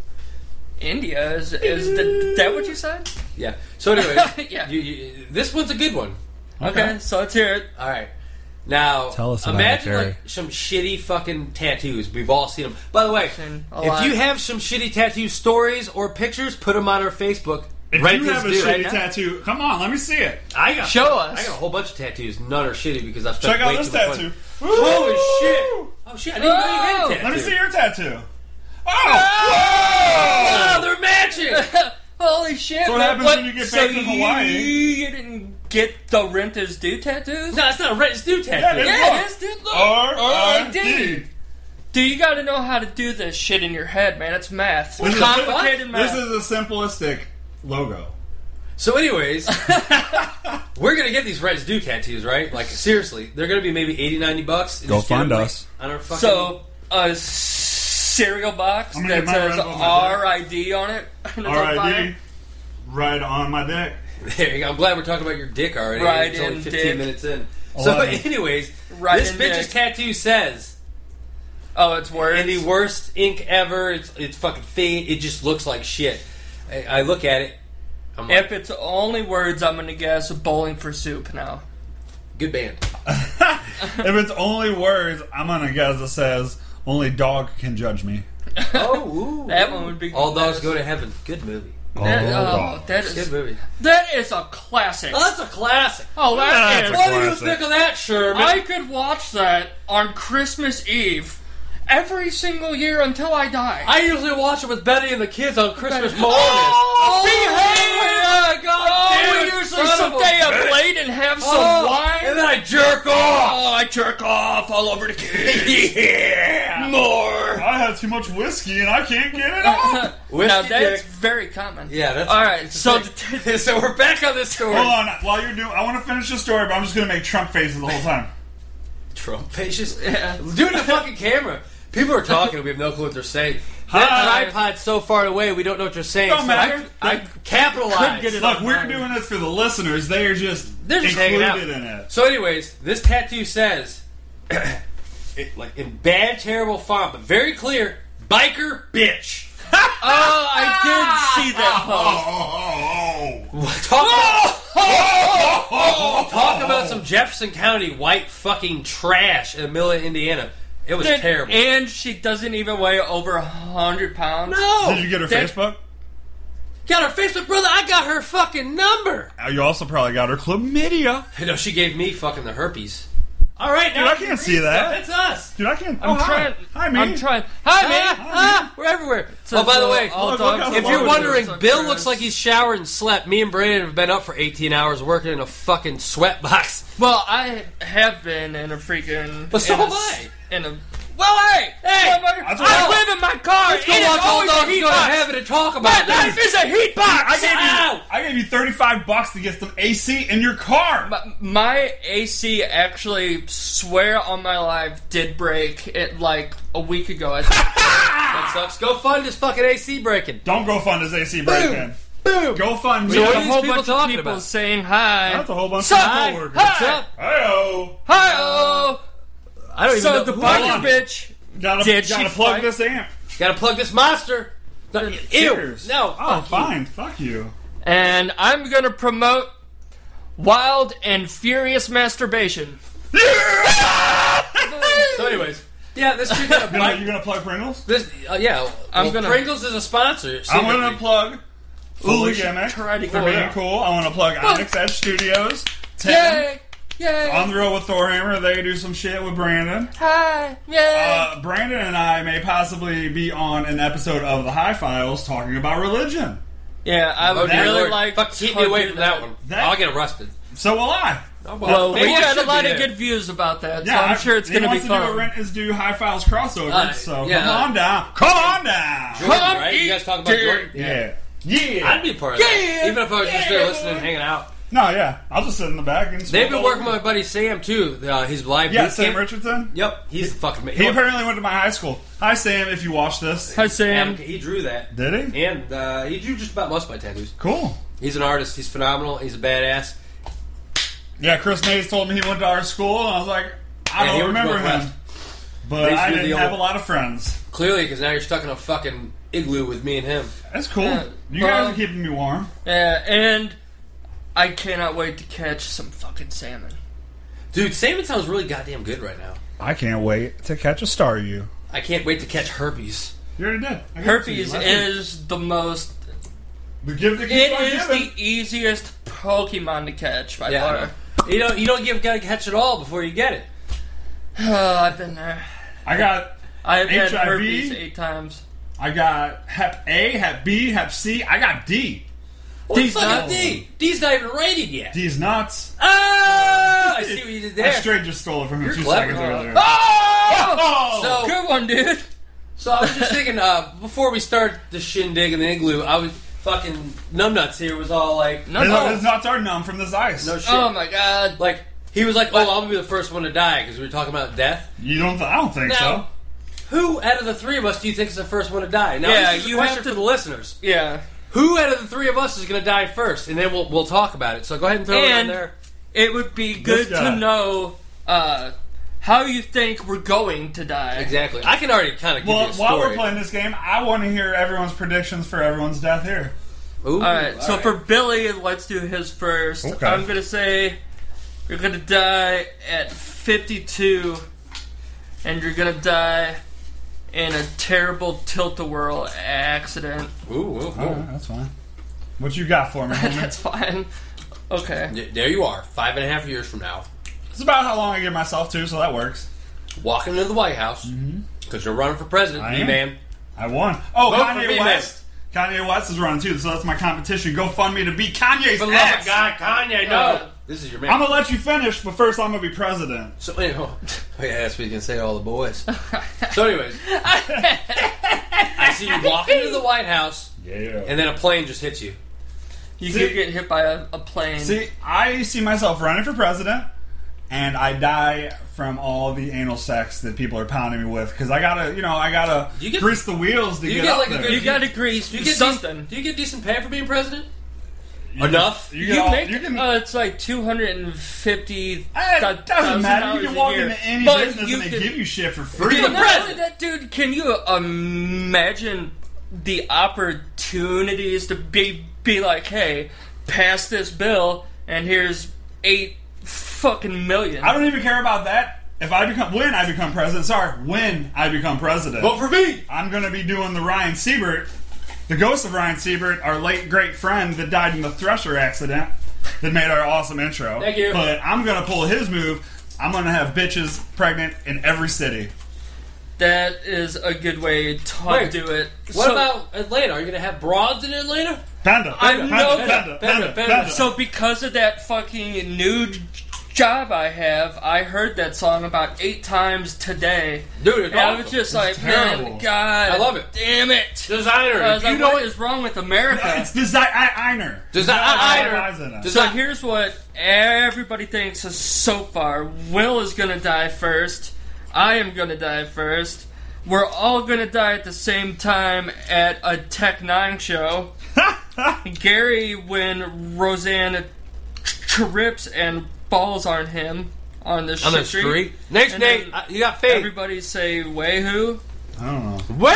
Speaker 4: India is is the, that what you said?
Speaker 3: Yeah. So anyway,
Speaker 4: (laughs) Yeah.
Speaker 3: you, you, this one's a good one.
Speaker 4: Okay, so let's hear it.
Speaker 3: All right. Now,
Speaker 5: Tell us about
Speaker 3: imagine
Speaker 5: it, Jerry.
Speaker 3: like some shitty fucking tattoos. We've all seen them. By the way,
Speaker 4: Seen a
Speaker 3: if
Speaker 4: lot.
Speaker 3: you have some shitty tattoo stories or pictures, put them on our Facebook.
Speaker 2: If
Speaker 3: Right
Speaker 2: you have a
Speaker 3: this dude.
Speaker 2: shitty tattoo, come on, let me see it.
Speaker 3: I got
Speaker 4: Show us.
Speaker 3: I got a whole bunch of tattoos. None are shitty because I spent
Speaker 2: Check out
Speaker 3: way
Speaker 2: this
Speaker 3: too much money.
Speaker 2: tattoo.
Speaker 3: Holy
Speaker 2: Woo!
Speaker 3: shit! Oh shit! I didn't know you had
Speaker 4: Whoa!
Speaker 3: a tattoo.
Speaker 2: Let me see your tattoo. Oh!
Speaker 3: Oh, they're matching.
Speaker 4: (laughs) Holy shit!
Speaker 2: So what
Speaker 4: man,
Speaker 2: happens when you get
Speaker 4: so
Speaker 2: back from
Speaker 4: you-
Speaker 2: Hawaii?
Speaker 4: You didn't get the rent is due tattoos?
Speaker 3: no, it's not a rent. It's new tattoo.
Speaker 2: Yeah, it is.
Speaker 4: Yeah, this dude look.
Speaker 3: Oh,
Speaker 2: R-R-D.
Speaker 4: R-R-D. Dude, you gotta know how to do this shit in your head, man. It's math.
Speaker 2: This is-
Speaker 4: Complicated
Speaker 2: This
Speaker 4: math.
Speaker 2: is a simplistic logo.
Speaker 3: So, anyways,
Speaker 2: (laughs)
Speaker 3: we're gonna get these rents due tattoos, right? Like seriously, they're gonna be maybe 80, 90 bucks. and
Speaker 5: Go
Speaker 3: just get
Speaker 5: find
Speaker 3: them, like,
Speaker 5: us.
Speaker 3: on our fucking.
Speaker 4: so, a cereal box
Speaker 2: I'm gonna
Speaker 4: that
Speaker 2: get my
Speaker 4: says
Speaker 2: Red Bull in my dick.
Speaker 4: RID on it. (laughs) and it's on
Speaker 2: R-I-D.
Speaker 4: fire.
Speaker 2: Right on my dick.
Speaker 3: There you go. I'm glad we're talking about your dick already.
Speaker 4: Right
Speaker 3: it's only
Speaker 4: in
Speaker 3: 15
Speaker 4: dick.
Speaker 3: minutes in. So,
Speaker 2: Eleven.
Speaker 3: anyways,
Speaker 4: Right
Speaker 3: this
Speaker 4: in
Speaker 3: bitch's
Speaker 4: dick.
Speaker 3: tattoo says,
Speaker 4: Oh, it's words.
Speaker 3: "And the worst ink ever. It's it's fucking faint. It just looks like shit." I, I look at it. I'm like,
Speaker 4: If it's only words, I'm gonna guess bowling for soup now.
Speaker 3: good band.
Speaker 4: (laughs)
Speaker 2: If it's only words, I'm gonna guess it says only dog can judge me.
Speaker 3: (laughs) Oh, ooh.
Speaker 4: That one would be
Speaker 3: All dogs
Speaker 4: best.
Speaker 3: go to heaven. Good movie.
Speaker 4: That,
Speaker 5: Oh,
Speaker 4: oh, that
Speaker 3: Good
Speaker 4: is (laughs)
Speaker 3: movie.
Speaker 4: that is a classic.
Speaker 3: Oh, that's a classic.
Speaker 4: Oh, that
Speaker 5: That's
Speaker 4: is.
Speaker 5: a
Speaker 3: What do you
Speaker 5: Classic.
Speaker 3: think of that, Sherman?
Speaker 4: I could watch that on Christmas Eve every single year until I die.
Speaker 3: I usually watch it with Betty and the kids on Christmas morning.
Speaker 4: (laughs) Oh, uh,
Speaker 3: Behave!
Speaker 4: yeah, God damn
Speaker 3: we
Speaker 4: it,
Speaker 3: usually
Speaker 4: son
Speaker 3: some
Speaker 4: of a
Speaker 3: day up
Speaker 4: bitch.
Speaker 3: late
Speaker 4: and have some
Speaker 3: Oh,
Speaker 4: wine.
Speaker 3: and then I jerk off.
Speaker 4: oh, I jerk off all
Speaker 3: (laughs)
Speaker 4: over the kids.
Speaker 3: yeah.
Speaker 4: More.
Speaker 2: I had too much whiskey and I can't get it
Speaker 4: (laughs)
Speaker 2: off.
Speaker 4: now
Speaker 3: Whiskey
Speaker 4: Uh, that's
Speaker 3: dick.
Speaker 4: very common.
Speaker 3: Yeah, that's (laughs)
Speaker 4: all right.
Speaker 3: So,
Speaker 4: So (laughs) the
Speaker 3: the- so we're back on this story.
Speaker 2: Hold on, while you're doing, I want to finish the story, but I'm just gonna make Trump faces the whole time.
Speaker 3: Trump faces. Do it in the fucking camera. People are talking, and we have no clue what they're saying. That
Speaker 2: Hi.
Speaker 3: tripod's so far away, we don't know what you're saying.
Speaker 2: Don't
Speaker 3: so
Speaker 2: matter.
Speaker 3: I, I capitalize.
Speaker 4: Could get it
Speaker 2: Look, we're
Speaker 4: online.
Speaker 2: doing this for the listeners. They are just
Speaker 3: They're just hanging out.
Speaker 2: included in it.
Speaker 3: So, anyways, this tattoo says, (clears throat) it, like in bad, terrible font, but very clear: biker bitch.
Speaker 4: Oh, I did see that post.
Speaker 2: Oh, oh, oh,
Speaker 3: Talk about, (laughs) talk about some Jefferson County white fucking trash in Amelia, Indiana. It was
Speaker 4: And-
Speaker 3: terrible.
Speaker 4: And she doesn't even weigh over a hundred pounds.
Speaker 2: oh.
Speaker 3: no,
Speaker 2: Did you get her
Speaker 4: that-
Speaker 2: Facebook?
Speaker 3: Got her Facebook brother. I got her fucking number.
Speaker 2: Uh, You also probably got her chlamydia.
Speaker 3: (laughs) No, she gave me fucking the herpes. All right, now
Speaker 2: Dude, I
Speaker 3: I can
Speaker 2: can't
Speaker 3: read
Speaker 2: see that.
Speaker 3: stuff. That's us.
Speaker 2: Dude, I can't.
Speaker 4: I'm
Speaker 2: oh,
Speaker 4: trying.
Speaker 2: Hi, hi man.
Speaker 4: I'm trying. Hi,
Speaker 3: Ah,
Speaker 4: man.
Speaker 3: ah, we're everywhere. oh, by the way,
Speaker 4: all
Speaker 2: look, look
Speaker 4: dogs
Speaker 2: how
Speaker 3: if
Speaker 4: are
Speaker 2: small
Speaker 3: you're
Speaker 2: it
Speaker 4: lovers.
Speaker 3: wondering,
Speaker 4: It's
Speaker 3: Bill
Speaker 4: like
Speaker 3: looks
Speaker 4: grass.
Speaker 3: like he's showered and slept. Me and Brandon have been up for 18 hours working in a fucking sweat box.
Speaker 4: Well, I have been in a freaking.
Speaker 3: But so
Speaker 4: in a
Speaker 3: have
Speaker 4: s- In a.
Speaker 3: Well, hey, hey,
Speaker 4: Motherfucker,
Speaker 2: That's what I-
Speaker 4: I live in my car.
Speaker 3: let's go
Speaker 4: It is
Speaker 3: watch All
Speaker 4: always a
Speaker 3: Dogs
Speaker 4: heat
Speaker 3: Go to
Speaker 4: box.
Speaker 3: Heaven and talk about
Speaker 4: My
Speaker 3: this.
Speaker 4: life is a heat box.
Speaker 2: I gave you.
Speaker 3: Ow!
Speaker 2: I gave gave you 35 bucks to get some AC in your car.
Speaker 4: My- My AC actually, swear on my life, did break it like a week ago.
Speaker 3: (laughs)
Speaker 4: I-
Speaker 3: That sucks. Go fund his fucking AC breaking.
Speaker 2: Don't go fund his AC break in.
Speaker 3: Boom.
Speaker 2: Go fund me.
Speaker 4: There
Speaker 3: What
Speaker 4: were
Speaker 3: are
Speaker 4: a
Speaker 3: these
Speaker 4: whole
Speaker 3: people
Speaker 4: bunch of
Speaker 3: talking
Speaker 4: people
Speaker 3: about?
Speaker 4: saying hi.
Speaker 2: That's a whole bunch of
Speaker 4: Sup?
Speaker 2: coworkers.
Speaker 4: Hi.
Speaker 3: What's up?
Speaker 2: Hey-oh.
Speaker 4: Hi-oh.
Speaker 3: I don't even
Speaker 4: So
Speaker 3: know.
Speaker 4: the
Speaker 3: who
Speaker 4: biker
Speaker 3: I am.
Speaker 4: bitch.
Speaker 2: Gotta,
Speaker 4: Did she
Speaker 2: gotta plug
Speaker 4: fight?
Speaker 2: this amp.
Speaker 3: Gotta plug this monster. No, Ew.
Speaker 2: Cheers.
Speaker 3: No.
Speaker 2: Oh,
Speaker 3: fuck you.
Speaker 2: fine. Fuck you.
Speaker 4: And I'm gonna promote Wild and Furious Masturbation.
Speaker 3: So, anyways, yeah, this chick (laughs) had
Speaker 2: You
Speaker 3: a
Speaker 2: know,
Speaker 3: bike.
Speaker 2: you gonna plug Pringles?
Speaker 3: This, uh, yeah,
Speaker 4: I'm
Speaker 3: well,
Speaker 4: gonna-
Speaker 3: Pringles is a sponsor.
Speaker 2: I'm gonna
Speaker 3: secretly.
Speaker 2: plug Fooly
Speaker 4: Foolish
Speaker 2: Gimmick for
Speaker 4: karate
Speaker 2: being
Speaker 4: girl.
Speaker 2: cool. I want to plug Onyx Edge Studios. Tim,
Speaker 4: Yay! Yay!
Speaker 3: Um,
Speaker 2: on the road with Thorhammer. They do some shit with Brandon.
Speaker 4: Hi! Yay!
Speaker 2: Uh, Brandon and I may possibly be on an episode of the High Files talking about religion.
Speaker 4: yeah, I
Speaker 3: Oh,
Speaker 4: would
Speaker 3: dear
Speaker 4: really
Speaker 3: Lord.
Speaker 4: like.
Speaker 3: Fuck, keep me away from that one.
Speaker 2: That-
Speaker 3: I'll get arrested.
Speaker 2: So will I.
Speaker 4: Well,
Speaker 3: Maybe
Speaker 4: we
Speaker 3: I
Speaker 4: got a
Speaker 3: should
Speaker 4: lot
Speaker 3: be
Speaker 4: of
Speaker 3: there.
Speaker 4: good views about that,
Speaker 2: Yeah,
Speaker 4: so
Speaker 2: I-
Speaker 4: I'm sure it's
Speaker 2: he
Speaker 4: gonna be
Speaker 2: wants to do
Speaker 4: fun.
Speaker 2: a Rent is Due High Files crossover.
Speaker 3: Uh,
Speaker 2: so
Speaker 3: yeah.
Speaker 2: come on down. Come on down.
Speaker 3: Jordan, right? You
Speaker 4: eat
Speaker 3: guys talk about
Speaker 4: dirt.
Speaker 3: Jordan?
Speaker 2: Yeah. Yeah.
Speaker 3: I'd be a part of that.
Speaker 4: Yeah.
Speaker 3: Even if I was just
Speaker 4: Yeah,
Speaker 3: there listening,
Speaker 4: boy.
Speaker 3: hanging out.
Speaker 2: no, yeah. I'll just sit in the back and.
Speaker 3: They've been working with my buddy Sam too. Uh, his live
Speaker 2: Yeah,
Speaker 3: boot
Speaker 2: Sam
Speaker 3: camp.
Speaker 2: Richardson.
Speaker 3: Yep, he's the fucking man.
Speaker 2: He apparently went to my high school. Hi, Sam. If you watch this,
Speaker 4: Hi,
Speaker 3: and
Speaker 4: Sam.
Speaker 3: he drew that,
Speaker 2: did he?
Speaker 3: and uh, he drew just about most of my tattoos.
Speaker 2: Cool.
Speaker 3: He's an artist. He's phenomenal. He's a badass.
Speaker 2: Yeah, Chris Mays told me he went to our school, and I was like, I
Speaker 3: Yeah, he
Speaker 2: don't
Speaker 3: went to
Speaker 2: remember him.
Speaker 3: Northwest.
Speaker 2: But
Speaker 3: He's
Speaker 2: I
Speaker 3: near
Speaker 2: didn't
Speaker 3: the
Speaker 2: have a
Speaker 3: old-
Speaker 2: lot of friends.
Speaker 3: Clearly, because now you're stuck in a fucking igloo with me and him.
Speaker 2: That's cool.
Speaker 4: Yeah.
Speaker 2: you guys
Speaker 4: Well-
Speaker 2: are keeping me warm.
Speaker 4: Yeah, Uh, and I cannot wait to catch some fucking salmon.
Speaker 3: Dude, Salmon sounds really goddamn good right now.
Speaker 2: I can't wait to catch a star. You.
Speaker 3: I can't wait to catch herpes.
Speaker 2: You already did. I gave it to
Speaker 4: Herpes
Speaker 2: you.
Speaker 4: is the most.
Speaker 2: We give the
Speaker 4: It
Speaker 2: gift by
Speaker 4: is
Speaker 2: giving.
Speaker 4: the easiest Pokemon to catch by
Speaker 3: Yeah, I
Speaker 4: far.
Speaker 3: know. you don't you don't give gotta catch it all before you get it.
Speaker 4: Oh, (sighs) I've been there.
Speaker 2: I got.
Speaker 4: I have had
Speaker 2: HIV?
Speaker 4: herpes eight times.
Speaker 2: I got Hep A, Hep B, Hep C. I got D.
Speaker 3: D's
Speaker 4: fuck
Speaker 3: not
Speaker 4: up,
Speaker 3: D. D's not even rated yet.
Speaker 2: D's nuts.
Speaker 3: Ah! I see
Speaker 2: (laughs)
Speaker 3: what you did
Speaker 2: I
Speaker 3: there.
Speaker 2: straight just stole it from him
Speaker 3: You're
Speaker 2: two
Speaker 3: clever. Ah!
Speaker 2: seconds earlier.
Speaker 4: Oh!
Speaker 2: Oh!
Speaker 3: So-
Speaker 4: Good one, dude.
Speaker 3: So I was just thinking, uh, before we start the shindig and the igloo, I was fucking numbnuts here was all like,
Speaker 4: No,
Speaker 2: His-
Speaker 4: no.
Speaker 2: his nuts are numb from this ice.
Speaker 3: Oh. no shit.
Speaker 4: (laughs) Oh my god.
Speaker 3: like he was like, oh, I'm gonna be the first one to die because we were talking about death.
Speaker 2: you don't? I don't think so.
Speaker 3: Now, who out of the three of us do you think is the first one to die? Now,
Speaker 4: Yeah,
Speaker 3: this is a
Speaker 4: you
Speaker 3: question
Speaker 4: have to-
Speaker 3: for the listeners.
Speaker 4: Yeah.
Speaker 3: Who out of the three of us is gonna die first, and then we'll we'll talk about it. So go ahead and throw it in
Speaker 4: And-
Speaker 3: there.
Speaker 4: It would be good
Speaker 2: guy.
Speaker 4: to know uh, how you think we're going to die.
Speaker 3: Exactly. I can already kind of give
Speaker 2: Well,
Speaker 3: you a story.
Speaker 2: while we're playing this game, I want to hear everyone's predictions for everyone's death here.
Speaker 3: Ooh,
Speaker 4: All right. so
Speaker 3: all
Speaker 4: for Billy, let's do his first.
Speaker 2: Okay.
Speaker 4: I'm gonna say you're gonna die at 52, and you're gonna die in a terrible tilt-a-whirl accident. (laughs)
Speaker 3: Ooh, ooh, ooh.
Speaker 2: All right, that's fine. What you got for me? homie?
Speaker 3: (laughs)
Speaker 4: That's fine. Okay.
Speaker 3: Y- There you are, five and a half years from now,
Speaker 2: it's about how long I give myself to, so that works.
Speaker 3: walking into the White House because you're running for president,
Speaker 2: Mm-hmm. I
Speaker 3: B
Speaker 2: am.
Speaker 3: man.
Speaker 2: I won. Oh,
Speaker 3: Vote for
Speaker 2: Kanye
Speaker 3: me,
Speaker 2: West. Kanye West is running too, so that's my competition. Go fund me to beat Kanye's
Speaker 3: For
Speaker 2: ass.
Speaker 3: Kanye,
Speaker 4: Uh,
Speaker 3: this is your man.
Speaker 2: I'm gonna let you finish, but first I'm gonna be president.
Speaker 3: so anyhow, (laughs) oh, yeah, that's what you can say to all the (laughs) boys. so, anyways, (laughs) I see you walking into the White House,
Speaker 2: Yeah.
Speaker 3: and then a plane just hits you.
Speaker 4: You
Speaker 2: See-
Speaker 4: could get hit by a, a plane.
Speaker 2: See, I see myself running for president, and I die from all the anal sex that people are pounding me with because I gotta, you know, I gotta
Speaker 3: Do you get-
Speaker 2: grease the wheels to
Speaker 3: you
Speaker 2: get,
Speaker 3: get
Speaker 2: up
Speaker 3: like a
Speaker 2: there.
Speaker 3: good-
Speaker 4: you gotta grease
Speaker 3: Do you get
Speaker 4: something.
Speaker 3: Decent, do you get decent pay for being president? Enough.
Speaker 2: You,
Speaker 4: You,
Speaker 2: get all-
Speaker 4: make
Speaker 2: you can.
Speaker 4: uh, it's like two hundred and fifty.
Speaker 2: Eh, it doesn't matter. You can walk into any
Speaker 4: but
Speaker 2: business
Speaker 4: you
Speaker 2: and they
Speaker 4: can-
Speaker 2: give you shit for
Speaker 4: Dude,
Speaker 2: free.
Speaker 3: the
Speaker 4: not
Speaker 3: president.
Speaker 4: only that, dude, can you imagine the opportunities to be be like, hey, pass this bill, and here's eight fucking million.
Speaker 2: I don't even care about that. If I become when I become president, sorry, when I become president,
Speaker 3: Vote for me.
Speaker 2: I'm gonna be doing the Ryan Siebert, the ghost of Ryan Siebert, our late great friend that died in the Thresher accident that made our awesome intro.
Speaker 3: Thank you.
Speaker 2: But I'm gonna pull his move. I'm gonna have bitches pregnant in every city.
Speaker 4: That is a good way to
Speaker 3: Wait,
Speaker 4: do it.
Speaker 3: What
Speaker 4: So-
Speaker 3: about Atlanta? Are you going to have broads in Atlanta?
Speaker 2: Panda.
Speaker 4: I
Speaker 2: panda,
Speaker 4: know
Speaker 2: panda,
Speaker 4: that-
Speaker 2: Panda. Panda.
Speaker 3: panda, panda.
Speaker 2: panda.
Speaker 4: So because of that fucking nude job I have, I heard that song about eight times today.
Speaker 3: Dude, it's
Speaker 4: and I
Speaker 3: awful.
Speaker 4: was
Speaker 3: It's
Speaker 4: just like,
Speaker 2: terrible.
Speaker 4: man, God,
Speaker 3: I love it.
Speaker 4: Damn it!
Speaker 3: Designer.
Speaker 4: I was
Speaker 3: If you
Speaker 4: like,
Speaker 3: know
Speaker 4: what
Speaker 3: it.
Speaker 4: is wrong with America?
Speaker 2: Uh, It's designer.
Speaker 3: Desi- I- I-
Speaker 2: Designer. (laughs)
Speaker 3: Des-
Speaker 4: So here's what everybody thinks is so far. Will is gonna die first. I am gonna die first. We're all gonna die at the same time at a Tech Nine show. Gary, when Roseanne trips and falls on him on the,
Speaker 3: On the
Speaker 4: street.
Speaker 3: street. Next
Speaker 4: And
Speaker 3: name,
Speaker 4: then
Speaker 3: uh, you got faith.
Speaker 4: Everybody say way who?
Speaker 2: I don't know.
Speaker 3: Way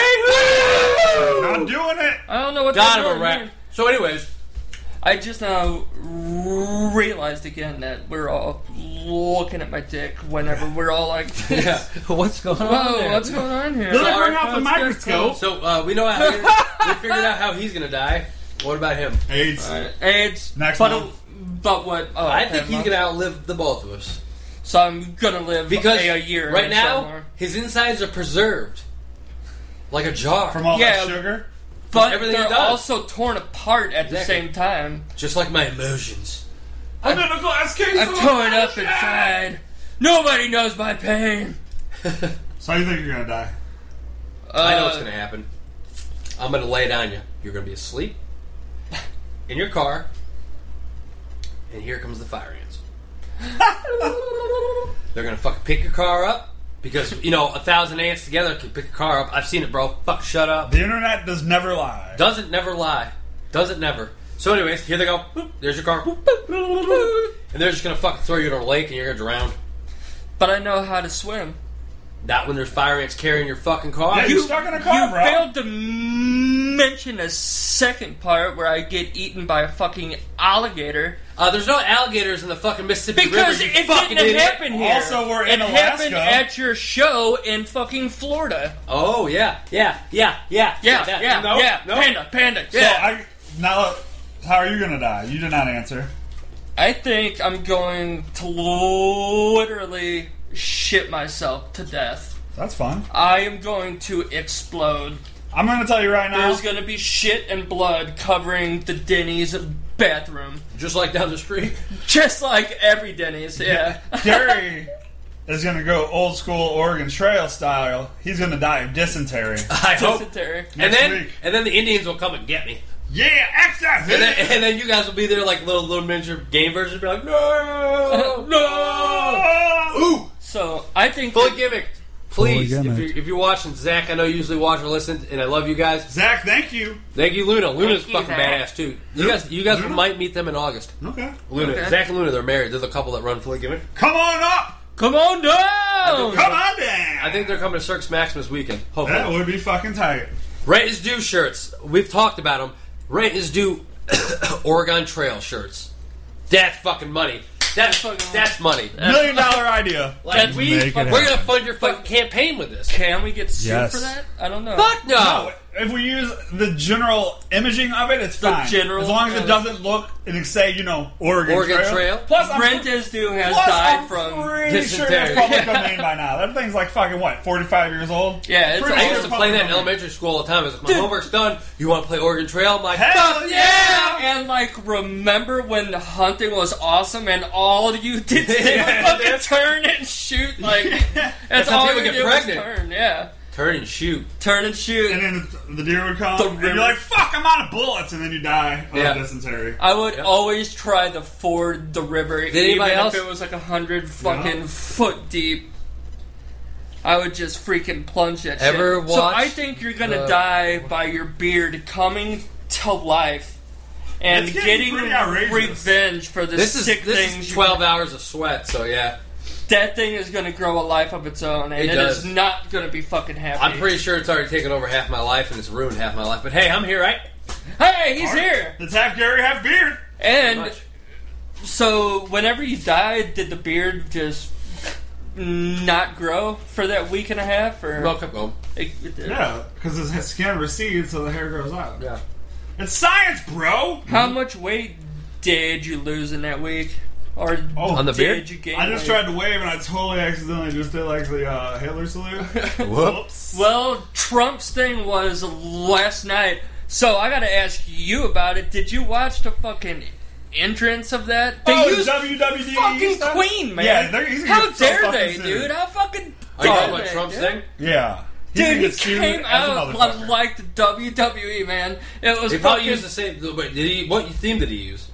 Speaker 2: Not doing it.
Speaker 4: I don't know what
Speaker 3: God
Speaker 4: that
Speaker 3: of a
Speaker 4: word
Speaker 3: rat.
Speaker 4: means.
Speaker 3: So, anyways,
Speaker 4: I just now realized again that we're all looking at my dick whenever we're all like,
Speaker 3: (laughs)
Speaker 4: this.
Speaker 3: yeah, what's going on?
Speaker 4: "Whoa,
Speaker 3: there?
Speaker 4: Oh, what's going on
Speaker 2: Let
Speaker 4: here?"
Speaker 2: me
Speaker 3: Sorry.
Speaker 2: bring out the
Speaker 4: Let's get
Speaker 2: microscope.
Speaker 3: So uh, we know how we figured out how he's gonna die. What about him?
Speaker 2: AIDS.
Speaker 4: AIDS.
Speaker 2: Next
Speaker 4: but,
Speaker 2: month.
Speaker 4: but what? Oh,
Speaker 3: I
Speaker 4: okay,
Speaker 3: think he's
Speaker 4: month.
Speaker 3: gonna outlive the both of us
Speaker 4: So I'm gonna live
Speaker 3: because
Speaker 4: a, a year
Speaker 3: right
Speaker 4: or
Speaker 3: now
Speaker 4: so more.
Speaker 3: his insides are preserved like a jar,
Speaker 2: From all
Speaker 4: Yeah.
Speaker 2: that sugar.
Speaker 4: But
Speaker 3: everything he
Speaker 4: they're
Speaker 3: does.
Speaker 4: also torn apart at
Speaker 3: Exactly.
Speaker 4: the same time.
Speaker 3: just like my emotions.
Speaker 2: I'm in a glass case. Oh,
Speaker 4: I'm
Speaker 2: of-
Speaker 4: torn up inside. Nobody knows my pain.
Speaker 2: So you think you're gonna die?
Speaker 3: I know
Speaker 4: Uh,
Speaker 3: what's gonna happen. I'm gonna lay it on you. You're gonna be (laughs) asleep in your car, and here comes the fire ants. They're gonna fucking pick your car up because you know a thousand ants together can pick a car up. I've seen it, bro. Fuck, shut up.
Speaker 2: The internet does never lie.
Speaker 3: Doesn't never lie. Doesn't never. So, anyways, here they go. Boop, there's your car. Boop, boop, boop, boop. And they're just gonna fucking throw you in a lake, and you're gonna drown.
Speaker 4: But I know how to swim.
Speaker 3: Not when there's fire ants carrying your fucking car.
Speaker 2: Yeah, you're stuck in a car,
Speaker 4: you
Speaker 2: bro.
Speaker 4: failed to mention a second part where I get eaten by a fucking alligator
Speaker 3: Uh, there's no alligators in the fucking Mississippi
Speaker 4: because
Speaker 3: River. you
Speaker 4: it
Speaker 3: fucking
Speaker 4: didn't
Speaker 3: idiot.
Speaker 4: happen here.
Speaker 2: Also, we're in
Speaker 4: it
Speaker 2: Alaska.
Speaker 4: happened at your show in fucking Florida.
Speaker 3: Oh yeah, yeah, yeah, yeah,
Speaker 4: Yeah, yeah, yeah.
Speaker 3: No, no.
Speaker 4: Panda, panda.
Speaker 2: So
Speaker 4: Yeah.
Speaker 2: I now. How are you gonna die? You did not answer.
Speaker 4: I, think I'm going to literally shit myself to death.
Speaker 2: That's fun.
Speaker 4: I am going to explode.
Speaker 2: I'm gonna tell you right now.
Speaker 4: There's
Speaker 3: (laughs)
Speaker 4: gonna be shit and blood covering the Denny's bathroom,
Speaker 3: Just like down the street. (laughs)
Speaker 4: just like every Denny's. Yeah. (laughs)
Speaker 2: Gary is gonna go old school Oregon Trail style. He's gonna die of dysentery.
Speaker 3: I hope.
Speaker 4: Dysentery.
Speaker 3: And
Speaker 2: Next
Speaker 3: then,
Speaker 2: week.
Speaker 3: and then the Indians will come and get me.
Speaker 2: yeah, exercise.
Speaker 3: (laughs) And then, and then you guys will be there like little little miniature game version. Be like,
Speaker 4: (laughs)
Speaker 3: no, no.
Speaker 2: Ooh.
Speaker 4: So I think
Speaker 3: Fully gimmicked. Please,
Speaker 2: Fully
Speaker 3: if,
Speaker 2: gimmicked.
Speaker 3: you're, if you're watching, Zach, I know you usually watch or listen, and I love you guys.
Speaker 2: Zach, thank you.
Speaker 3: Thank you, Luna. Luna's
Speaker 4: Thank you,
Speaker 3: fucking
Speaker 4: Zach.
Speaker 3: badass too. You guys, you guys
Speaker 2: Luna?
Speaker 3: might meet them in August.
Speaker 2: Okay.
Speaker 3: Luna,
Speaker 4: Okay.
Speaker 3: Zach and Luna, they're married. They're the couple that run Fully Gimmicked.
Speaker 2: Come on up.
Speaker 4: come on down.
Speaker 2: Come on down.
Speaker 3: I think they're coming to Circus Maximus weekend. Hopefully,
Speaker 2: that would be fucking tight.
Speaker 3: Rent is due shirts. We've talked about them. Rent is due (coughs) Oregon Trail shirts. That's fucking money. That's
Speaker 4: fucking money.
Speaker 3: that's money.
Speaker 2: Million dollar idea.
Speaker 3: (laughs) Like we,
Speaker 2: Make it
Speaker 3: we're
Speaker 2: happen.
Speaker 3: gonna fund your fucking campaign with this.
Speaker 4: Can we get sued
Speaker 2: Yes.
Speaker 4: for that? I don't know.
Speaker 3: Fuck no.
Speaker 2: If we use the general imaging of it, it's fine.
Speaker 4: general-
Speaker 2: as long as it doesn't look and say, you know, Oregon,
Speaker 3: Oregon
Speaker 2: Trail.
Speaker 3: Trail.
Speaker 2: Plus, I'm,
Speaker 4: Brent Isdu has
Speaker 2: plus,
Speaker 4: died
Speaker 2: I'm
Speaker 4: from.
Speaker 2: pretty sure
Speaker 3: dysentery.
Speaker 2: that's public domain by now. That thing's like fucking what, forty five years old?
Speaker 4: Yeah, it's-
Speaker 2: Pretty
Speaker 3: I
Speaker 2: sure
Speaker 3: used to
Speaker 2: it's
Speaker 3: play
Speaker 2: public
Speaker 3: that in
Speaker 2: domain.
Speaker 3: elementary school all the time. It's like, my homework's done. You want to play Oregon Trail? I'm like,
Speaker 2: Hell
Speaker 3: fuck
Speaker 4: Yeah,
Speaker 2: Yeah.
Speaker 4: and like remember when the hunting was awesome and all you did was
Speaker 3: Yeah.
Speaker 4: fucking turn and shoot like that's,
Speaker 3: how
Speaker 4: all you
Speaker 3: people
Speaker 4: did
Speaker 3: get
Speaker 4: was
Speaker 3: pregnant.
Speaker 4: turn, yeah,
Speaker 3: Turn and shoot.
Speaker 4: turn and shoot.
Speaker 2: And then the deer would come,
Speaker 4: The
Speaker 2: and
Speaker 4: river.
Speaker 2: you're like, "Fuck, I'm out of bullets," and then you die of
Speaker 3: Yeah.
Speaker 2: dysentery.
Speaker 4: I would
Speaker 3: Yep.
Speaker 4: always try to ford the river, even
Speaker 3: anybody else-
Speaker 4: if it was like a hundred fucking foot deep. I would just freaking plunge that
Speaker 3: Ever
Speaker 4: shit. so
Speaker 3: watch
Speaker 4: I think you're gonna
Speaker 3: the-
Speaker 4: die by your beard coming to life and
Speaker 2: It's getting
Speaker 4: getting
Speaker 2: pretty outrageous.
Speaker 4: revenge for the
Speaker 3: This is
Speaker 4: sick
Speaker 3: this
Speaker 4: things.
Speaker 3: is
Speaker 4: you-
Speaker 3: twelve hours of sweat. So yeah,
Speaker 4: that thing is gonna grow a life of its own, and
Speaker 3: It
Speaker 4: it is
Speaker 3: does.
Speaker 4: not gonna be fucking happy.
Speaker 3: I'm pretty sure it's already taken over half my life and it's ruined half my life. But hey, I'm here, right?
Speaker 4: Hey, he's here,
Speaker 2: It's half Gary, half beard.
Speaker 4: and So whenever you died, did the beard just not grow for that week and a half? Or
Speaker 3: Well, keep going.
Speaker 4: It- it did.
Speaker 2: Yeah, because his skin recedes, so the hair grows out.
Speaker 3: Yeah.
Speaker 2: It's science, bro.
Speaker 4: how much weight did you lose in that week? Or
Speaker 2: Oh,
Speaker 3: On the
Speaker 4: did
Speaker 3: beard?
Speaker 4: you gain?
Speaker 2: I just
Speaker 4: weight?
Speaker 2: tried to wave and I totally accidentally just did like the uh, Hitler
Speaker 4: (laughs)
Speaker 2: salute. Whoops.
Speaker 4: Well, Trump's thing was last night, so I got to ask you about it. Did you watch the fucking entrance of that. They
Speaker 2: Oh,
Speaker 4: used
Speaker 2: WWE
Speaker 4: fucking
Speaker 2: stuff?
Speaker 4: Queen, man.
Speaker 2: Yeah, they're- he's gonna
Speaker 4: How
Speaker 2: get so
Speaker 4: dare
Speaker 2: fucking
Speaker 4: they,
Speaker 2: sued.
Speaker 4: dude? How fucking
Speaker 3: Are you
Speaker 4: dare
Speaker 3: talking about
Speaker 4: they,
Speaker 3: Trump's
Speaker 4: dude?
Speaker 3: thing?
Speaker 2: Yeah. He's
Speaker 4: Dude,
Speaker 2: gonna
Speaker 4: he
Speaker 2: get sued
Speaker 4: came
Speaker 2: as a
Speaker 4: out
Speaker 2: motherfucker.
Speaker 4: like the WWE, E, man. It was
Speaker 3: They probably
Speaker 4: fucking.
Speaker 3: used the same. But did he? What theme did he use?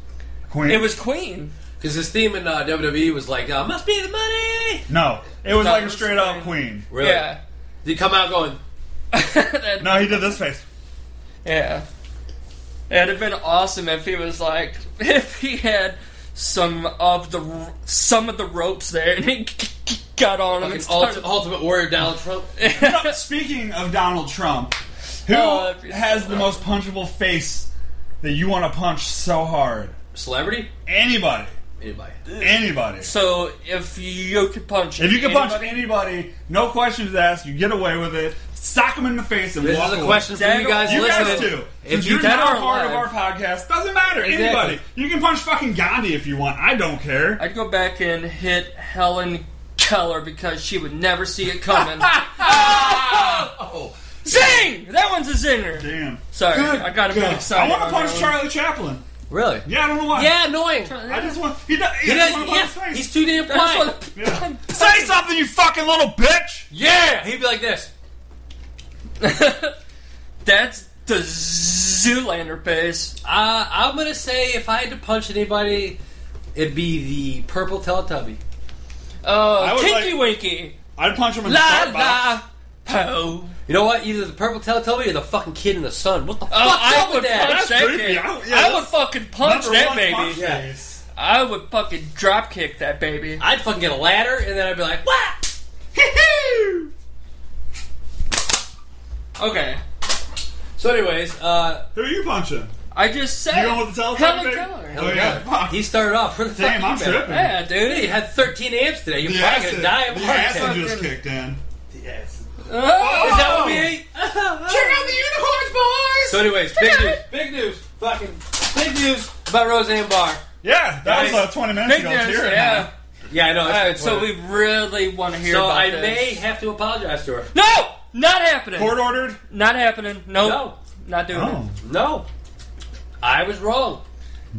Speaker 2: Queen.
Speaker 4: it was Queen.
Speaker 3: Because his theme in uh, WWE was like uh, "Must be the money."
Speaker 2: no. It was
Speaker 4: No,
Speaker 2: like
Speaker 4: it
Speaker 2: a
Speaker 4: was
Speaker 2: straight up
Speaker 4: Queen.
Speaker 2: Queen.
Speaker 3: Really?
Speaker 4: Yeah. (laughs)
Speaker 3: Did he come out going?
Speaker 4: That-
Speaker 2: No, he did this face.
Speaker 4: Yeah. It'd have been awesome if he was like, (laughs) if he had some of the r- some of the ropes there and he (laughs) got on him
Speaker 3: Fucking
Speaker 4: and started.
Speaker 3: ultimate, ultimate Warrior
Speaker 2: (laughs)
Speaker 3: Donald Trump.
Speaker 2: No, Speaking of Donald Trump, who
Speaker 4: Oh, that'd be so
Speaker 2: has the most punchable face that you want to punch so hard?
Speaker 3: Celebrity?
Speaker 2: Anybody.
Speaker 3: Anybody?
Speaker 2: Anybody.
Speaker 4: So if you could punch,
Speaker 2: If you can punch
Speaker 4: anybody-
Speaker 2: anybody, no questions asked, you get away with it. Sock them in the face and
Speaker 3: This
Speaker 2: walk
Speaker 3: is a
Speaker 2: away.
Speaker 3: question for
Speaker 4: Dead
Speaker 3: you
Speaker 4: or-
Speaker 3: guys
Speaker 2: You guys
Speaker 3: listening.
Speaker 2: too.
Speaker 3: If
Speaker 2: If
Speaker 3: you
Speaker 2: you're
Speaker 4: dead
Speaker 2: not
Speaker 4: or
Speaker 2: part of our
Speaker 4: alive.
Speaker 2: podcast, doesn't matter.
Speaker 3: Exactly.
Speaker 2: Anybody, you can punch fucking Gandhi if you want. I don't care.
Speaker 4: I'd go back and hit Helen Keller because she would never see
Speaker 2: (laughs)
Speaker 4: it coming. (laughs)
Speaker 3: oh,
Speaker 4: Zing! That one's a zinger.
Speaker 2: Damn.
Speaker 4: Sorry,
Speaker 2: Good
Speaker 4: I got a bit
Speaker 2: God.
Speaker 4: excited.
Speaker 2: I want
Speaker 4: on
Speaker 2: to punch
Speaker 4: that one.
Speaker 2: Charlie Chaplin.
Speaker 3: really?
Speaker 2: Yeah, I don't know why.
Speaker 3: Yeah, annoying.
Speaker 2: I just want. He, do- he
Speaker 3: He
Speaker 2: doesn't want
Speaker 3: does-
Speaker 2: to
Speaker 3: yeah,
Speaker 2: punch his face.
Speaker 3: he's too damn
Speaker 4: I just
Speaker 3: quiet.
Speaker 4: want to
Speaker 2: Yeah. Say something, you fucking little bitch.
Speaker 3: Yeah, he'd be like this.
Speaker 4: That's the Zoolander pace.
Speaker 3: Uh, I'm gonna say if I had to punch anybody, it'd be the purple Teletubby.
Speaker 4: Oh,
Speaker 2: I would
Speaker 4: Tinky
Speaker 2: like-
Speaker 4: Winky. Oh,
Speaker 2: I'd punch him in the
Speaker 4: La
Speaker 2: starbucks.
Speaker 4: la po.
Speaker 3: You know what? Either the purple Teletubby or the fucking kid in the sun. What the fuck?
Speaker 4: Oh, I would
Speaker 3: that?
Speaker 4: punch that
Speaker 2: creepy.
Speaker 4: kid.
Speaker 2: I
Speaker 4: I,
Speaker 2: would- yeah,
Speaker 4: would
Speaker 2: that's
Speaker 4: fucking punch
Speaker 2: Number
Speaker 4: that
Speaker 2: one
Speaker 4: baby.
Speaker 2: punch
Speaker 3: Yeah.
Speaker 2: face.
Speaker 4: I would fucking drop kick that baby.
Speaker 3: I'd fucking get a ladder and then I'd be like, what?
Speaker 4: Okay,
Speaker 3: So, anyways, uh,
Speaker 2: Who are you punching?
Speaker 4: I just said.
Speaker 2: You going with the
Speaker 4: Helen
Speaker 2: Teletubby? baby?
Speaker 4: Keller.
Speaker 2: Oh yeah. Fuck.
Speaker 3: he started off. Where the
Speaker 2: Damn,
Speaker 3: fuck
Speaker 2: I'm
Speaker 3: you been?
Speaker 2: tripping.
Speaker 4: Yeah, dude.
Speaker 3: Dude, you had 13 amps today. You're
Speaker 2: The
Speaker 3: probably
Speaker 2: acid,
Speaker 3: gonna die of a
Speaker 2: the
Speaker 3: heart attack.
Speaker 2: acid just kicked in. The acid.
Speaker 4: Oh,
Speaker 3: Is that what we ate?
Speaker 2: Check out the unicorns, boys.
Speaker 3: so, anyways, big news. Big news. Fucking big news about Roseanne Barr.
Speaker 2: yeah, that was
Speaker 3: Nice.
Speaker 2: uh, 20 minutes
Speaker 4: big
Speaker 2: ago.
Speaker 4: news,
Speaker 2: It's here and
Speaker 4: yeah.
Speaker 2: now.
Speaker 3: Yeah, I know.
Speaker 4: All right, so we really want to hear
Speaker 3: So
Speaker 4: about
Speaker 3: I
Speaker 4: this.
Speaker 3: may have to apologize to her.
Speaker 4: No, not happening.
Speaker 2: Court ordered.
Speaker 4: Not happening. Nope.
Speaker 3: No.
Speaker 4: Not doing
Speaker 2: Oh,
Speaker 3: No. I was wrong.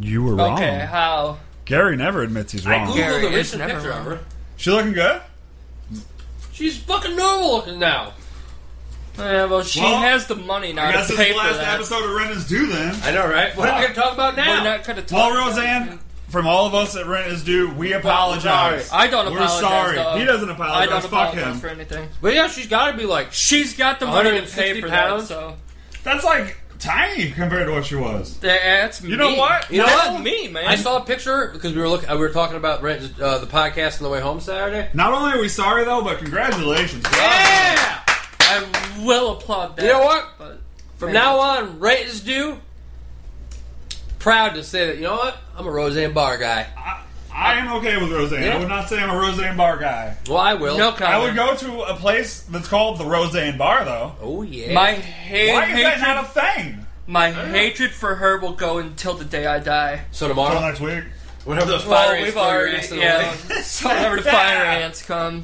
Speaker 2: you were
Speaker 4: it. Okay, how?
Speaker 2: Gary never admits he's
Speaker 3: I Googled
Speaker 4: Gary,
Speaker 3: the
Speaker 4: it's
Speaker 3: recent
Speaker 4: never
Speaker 3: picture of
Speaker 4: wrong.
Speaker 3: her.
Speaker 2: She looking good?
Speaker 3: She's fucking normal looking now.
Speaker 4: Yeah, Eh, well, she
Speaker 2: Well,
Speaker 4: has the money now
Speaker 2: I guess
Speaker 4: to
Speaker 2: this
Speaker 4: pay
Speaker 2: is
Speaker 4: for
Speaker 2: the last
Speaker 4: that.
Speaker 2: episode of Rent is Due then.
Speaker 3: I know, right? What are we going to talk about
Speaker 4: We're
Speaker 3: now?
Speaker 4: not going to talk.
Speaker 2: Well, Roseanne, from all of us at Rent is Due, we apologize.
Speaker 4: I don't
Speaker 2: We're
Speaker 4: apologize.
Speaker 2: sorry.
Speaker 4: dog.
Speaker 2: He doesn't apologize.
Speaker 4: I don't
Speaker 2: Fuck
Speaker 4: apologize
Speaker 2: him.
Speaker 4: for anything.
Speaker 3: but yeah, she's got to be like, sh-
Speaker 4: She's got the money to pay
Speaker 3: 160
Speaker 4: for
Speaker 3: pounds?
Speaker 4: that. So
Speaker 2: That's like tiny compared to what she was.
Speaker 4: that's me.
Speaker 2: You know what?
Speaker 3: You know
Speaker 4: that's
Speaker 3: what?
Speaker 4: me, man.
Speaker 3: I saw a picture because we were looking. We were talking about Rent, uh, the podcast on the way home Saturday.
Speaker 2: Not only are we sorry though, but congratulations.
Speaker 3: Yeah.
Speaker 4: I will applaud that.
Speaker 3: You know what?
Speaker 4: But
Speaker 3: From
Speaker 4: Man.
Speaker 3: now on, rent is due. Proud to say that you know what? I'm a Roseanne Barr guy.
Speaker 2: I, I am okay with Roseanne.
Speaker 3: Yeah.
Speaker 2: I would not say I'm a Roseanne Bar guy.
Speaker 3: Well, I will.
Speaker 4: no comment.
Speaker 2: I would go to a place that's called the Roseanne Bar though.
Speaker 3: Oh yeah.
Speaker 4: My hate,
Speaker 2: Why is that
Speaker 4: hatred,
Speaker 2: not a thing?
Speaker 4: my hatred for her will go until the day I die.
Speaker 3: so
Speaker 2: Until
Speaker 3: tomorrow,
Speaker 2: next week.
Speaker 3: whenever those fire
Speaker 4: Well,
Speaker 3: ants
Speaker 4: we've
Speaker 3: throw your
Speaker 4: already,
Speaker 3: ass in
Speaker 2: (laughs)
Speaker 3: the
Speaker 4: yeah.
Speaker 3: lake.
Speaker 4: so whenever the fire ants come,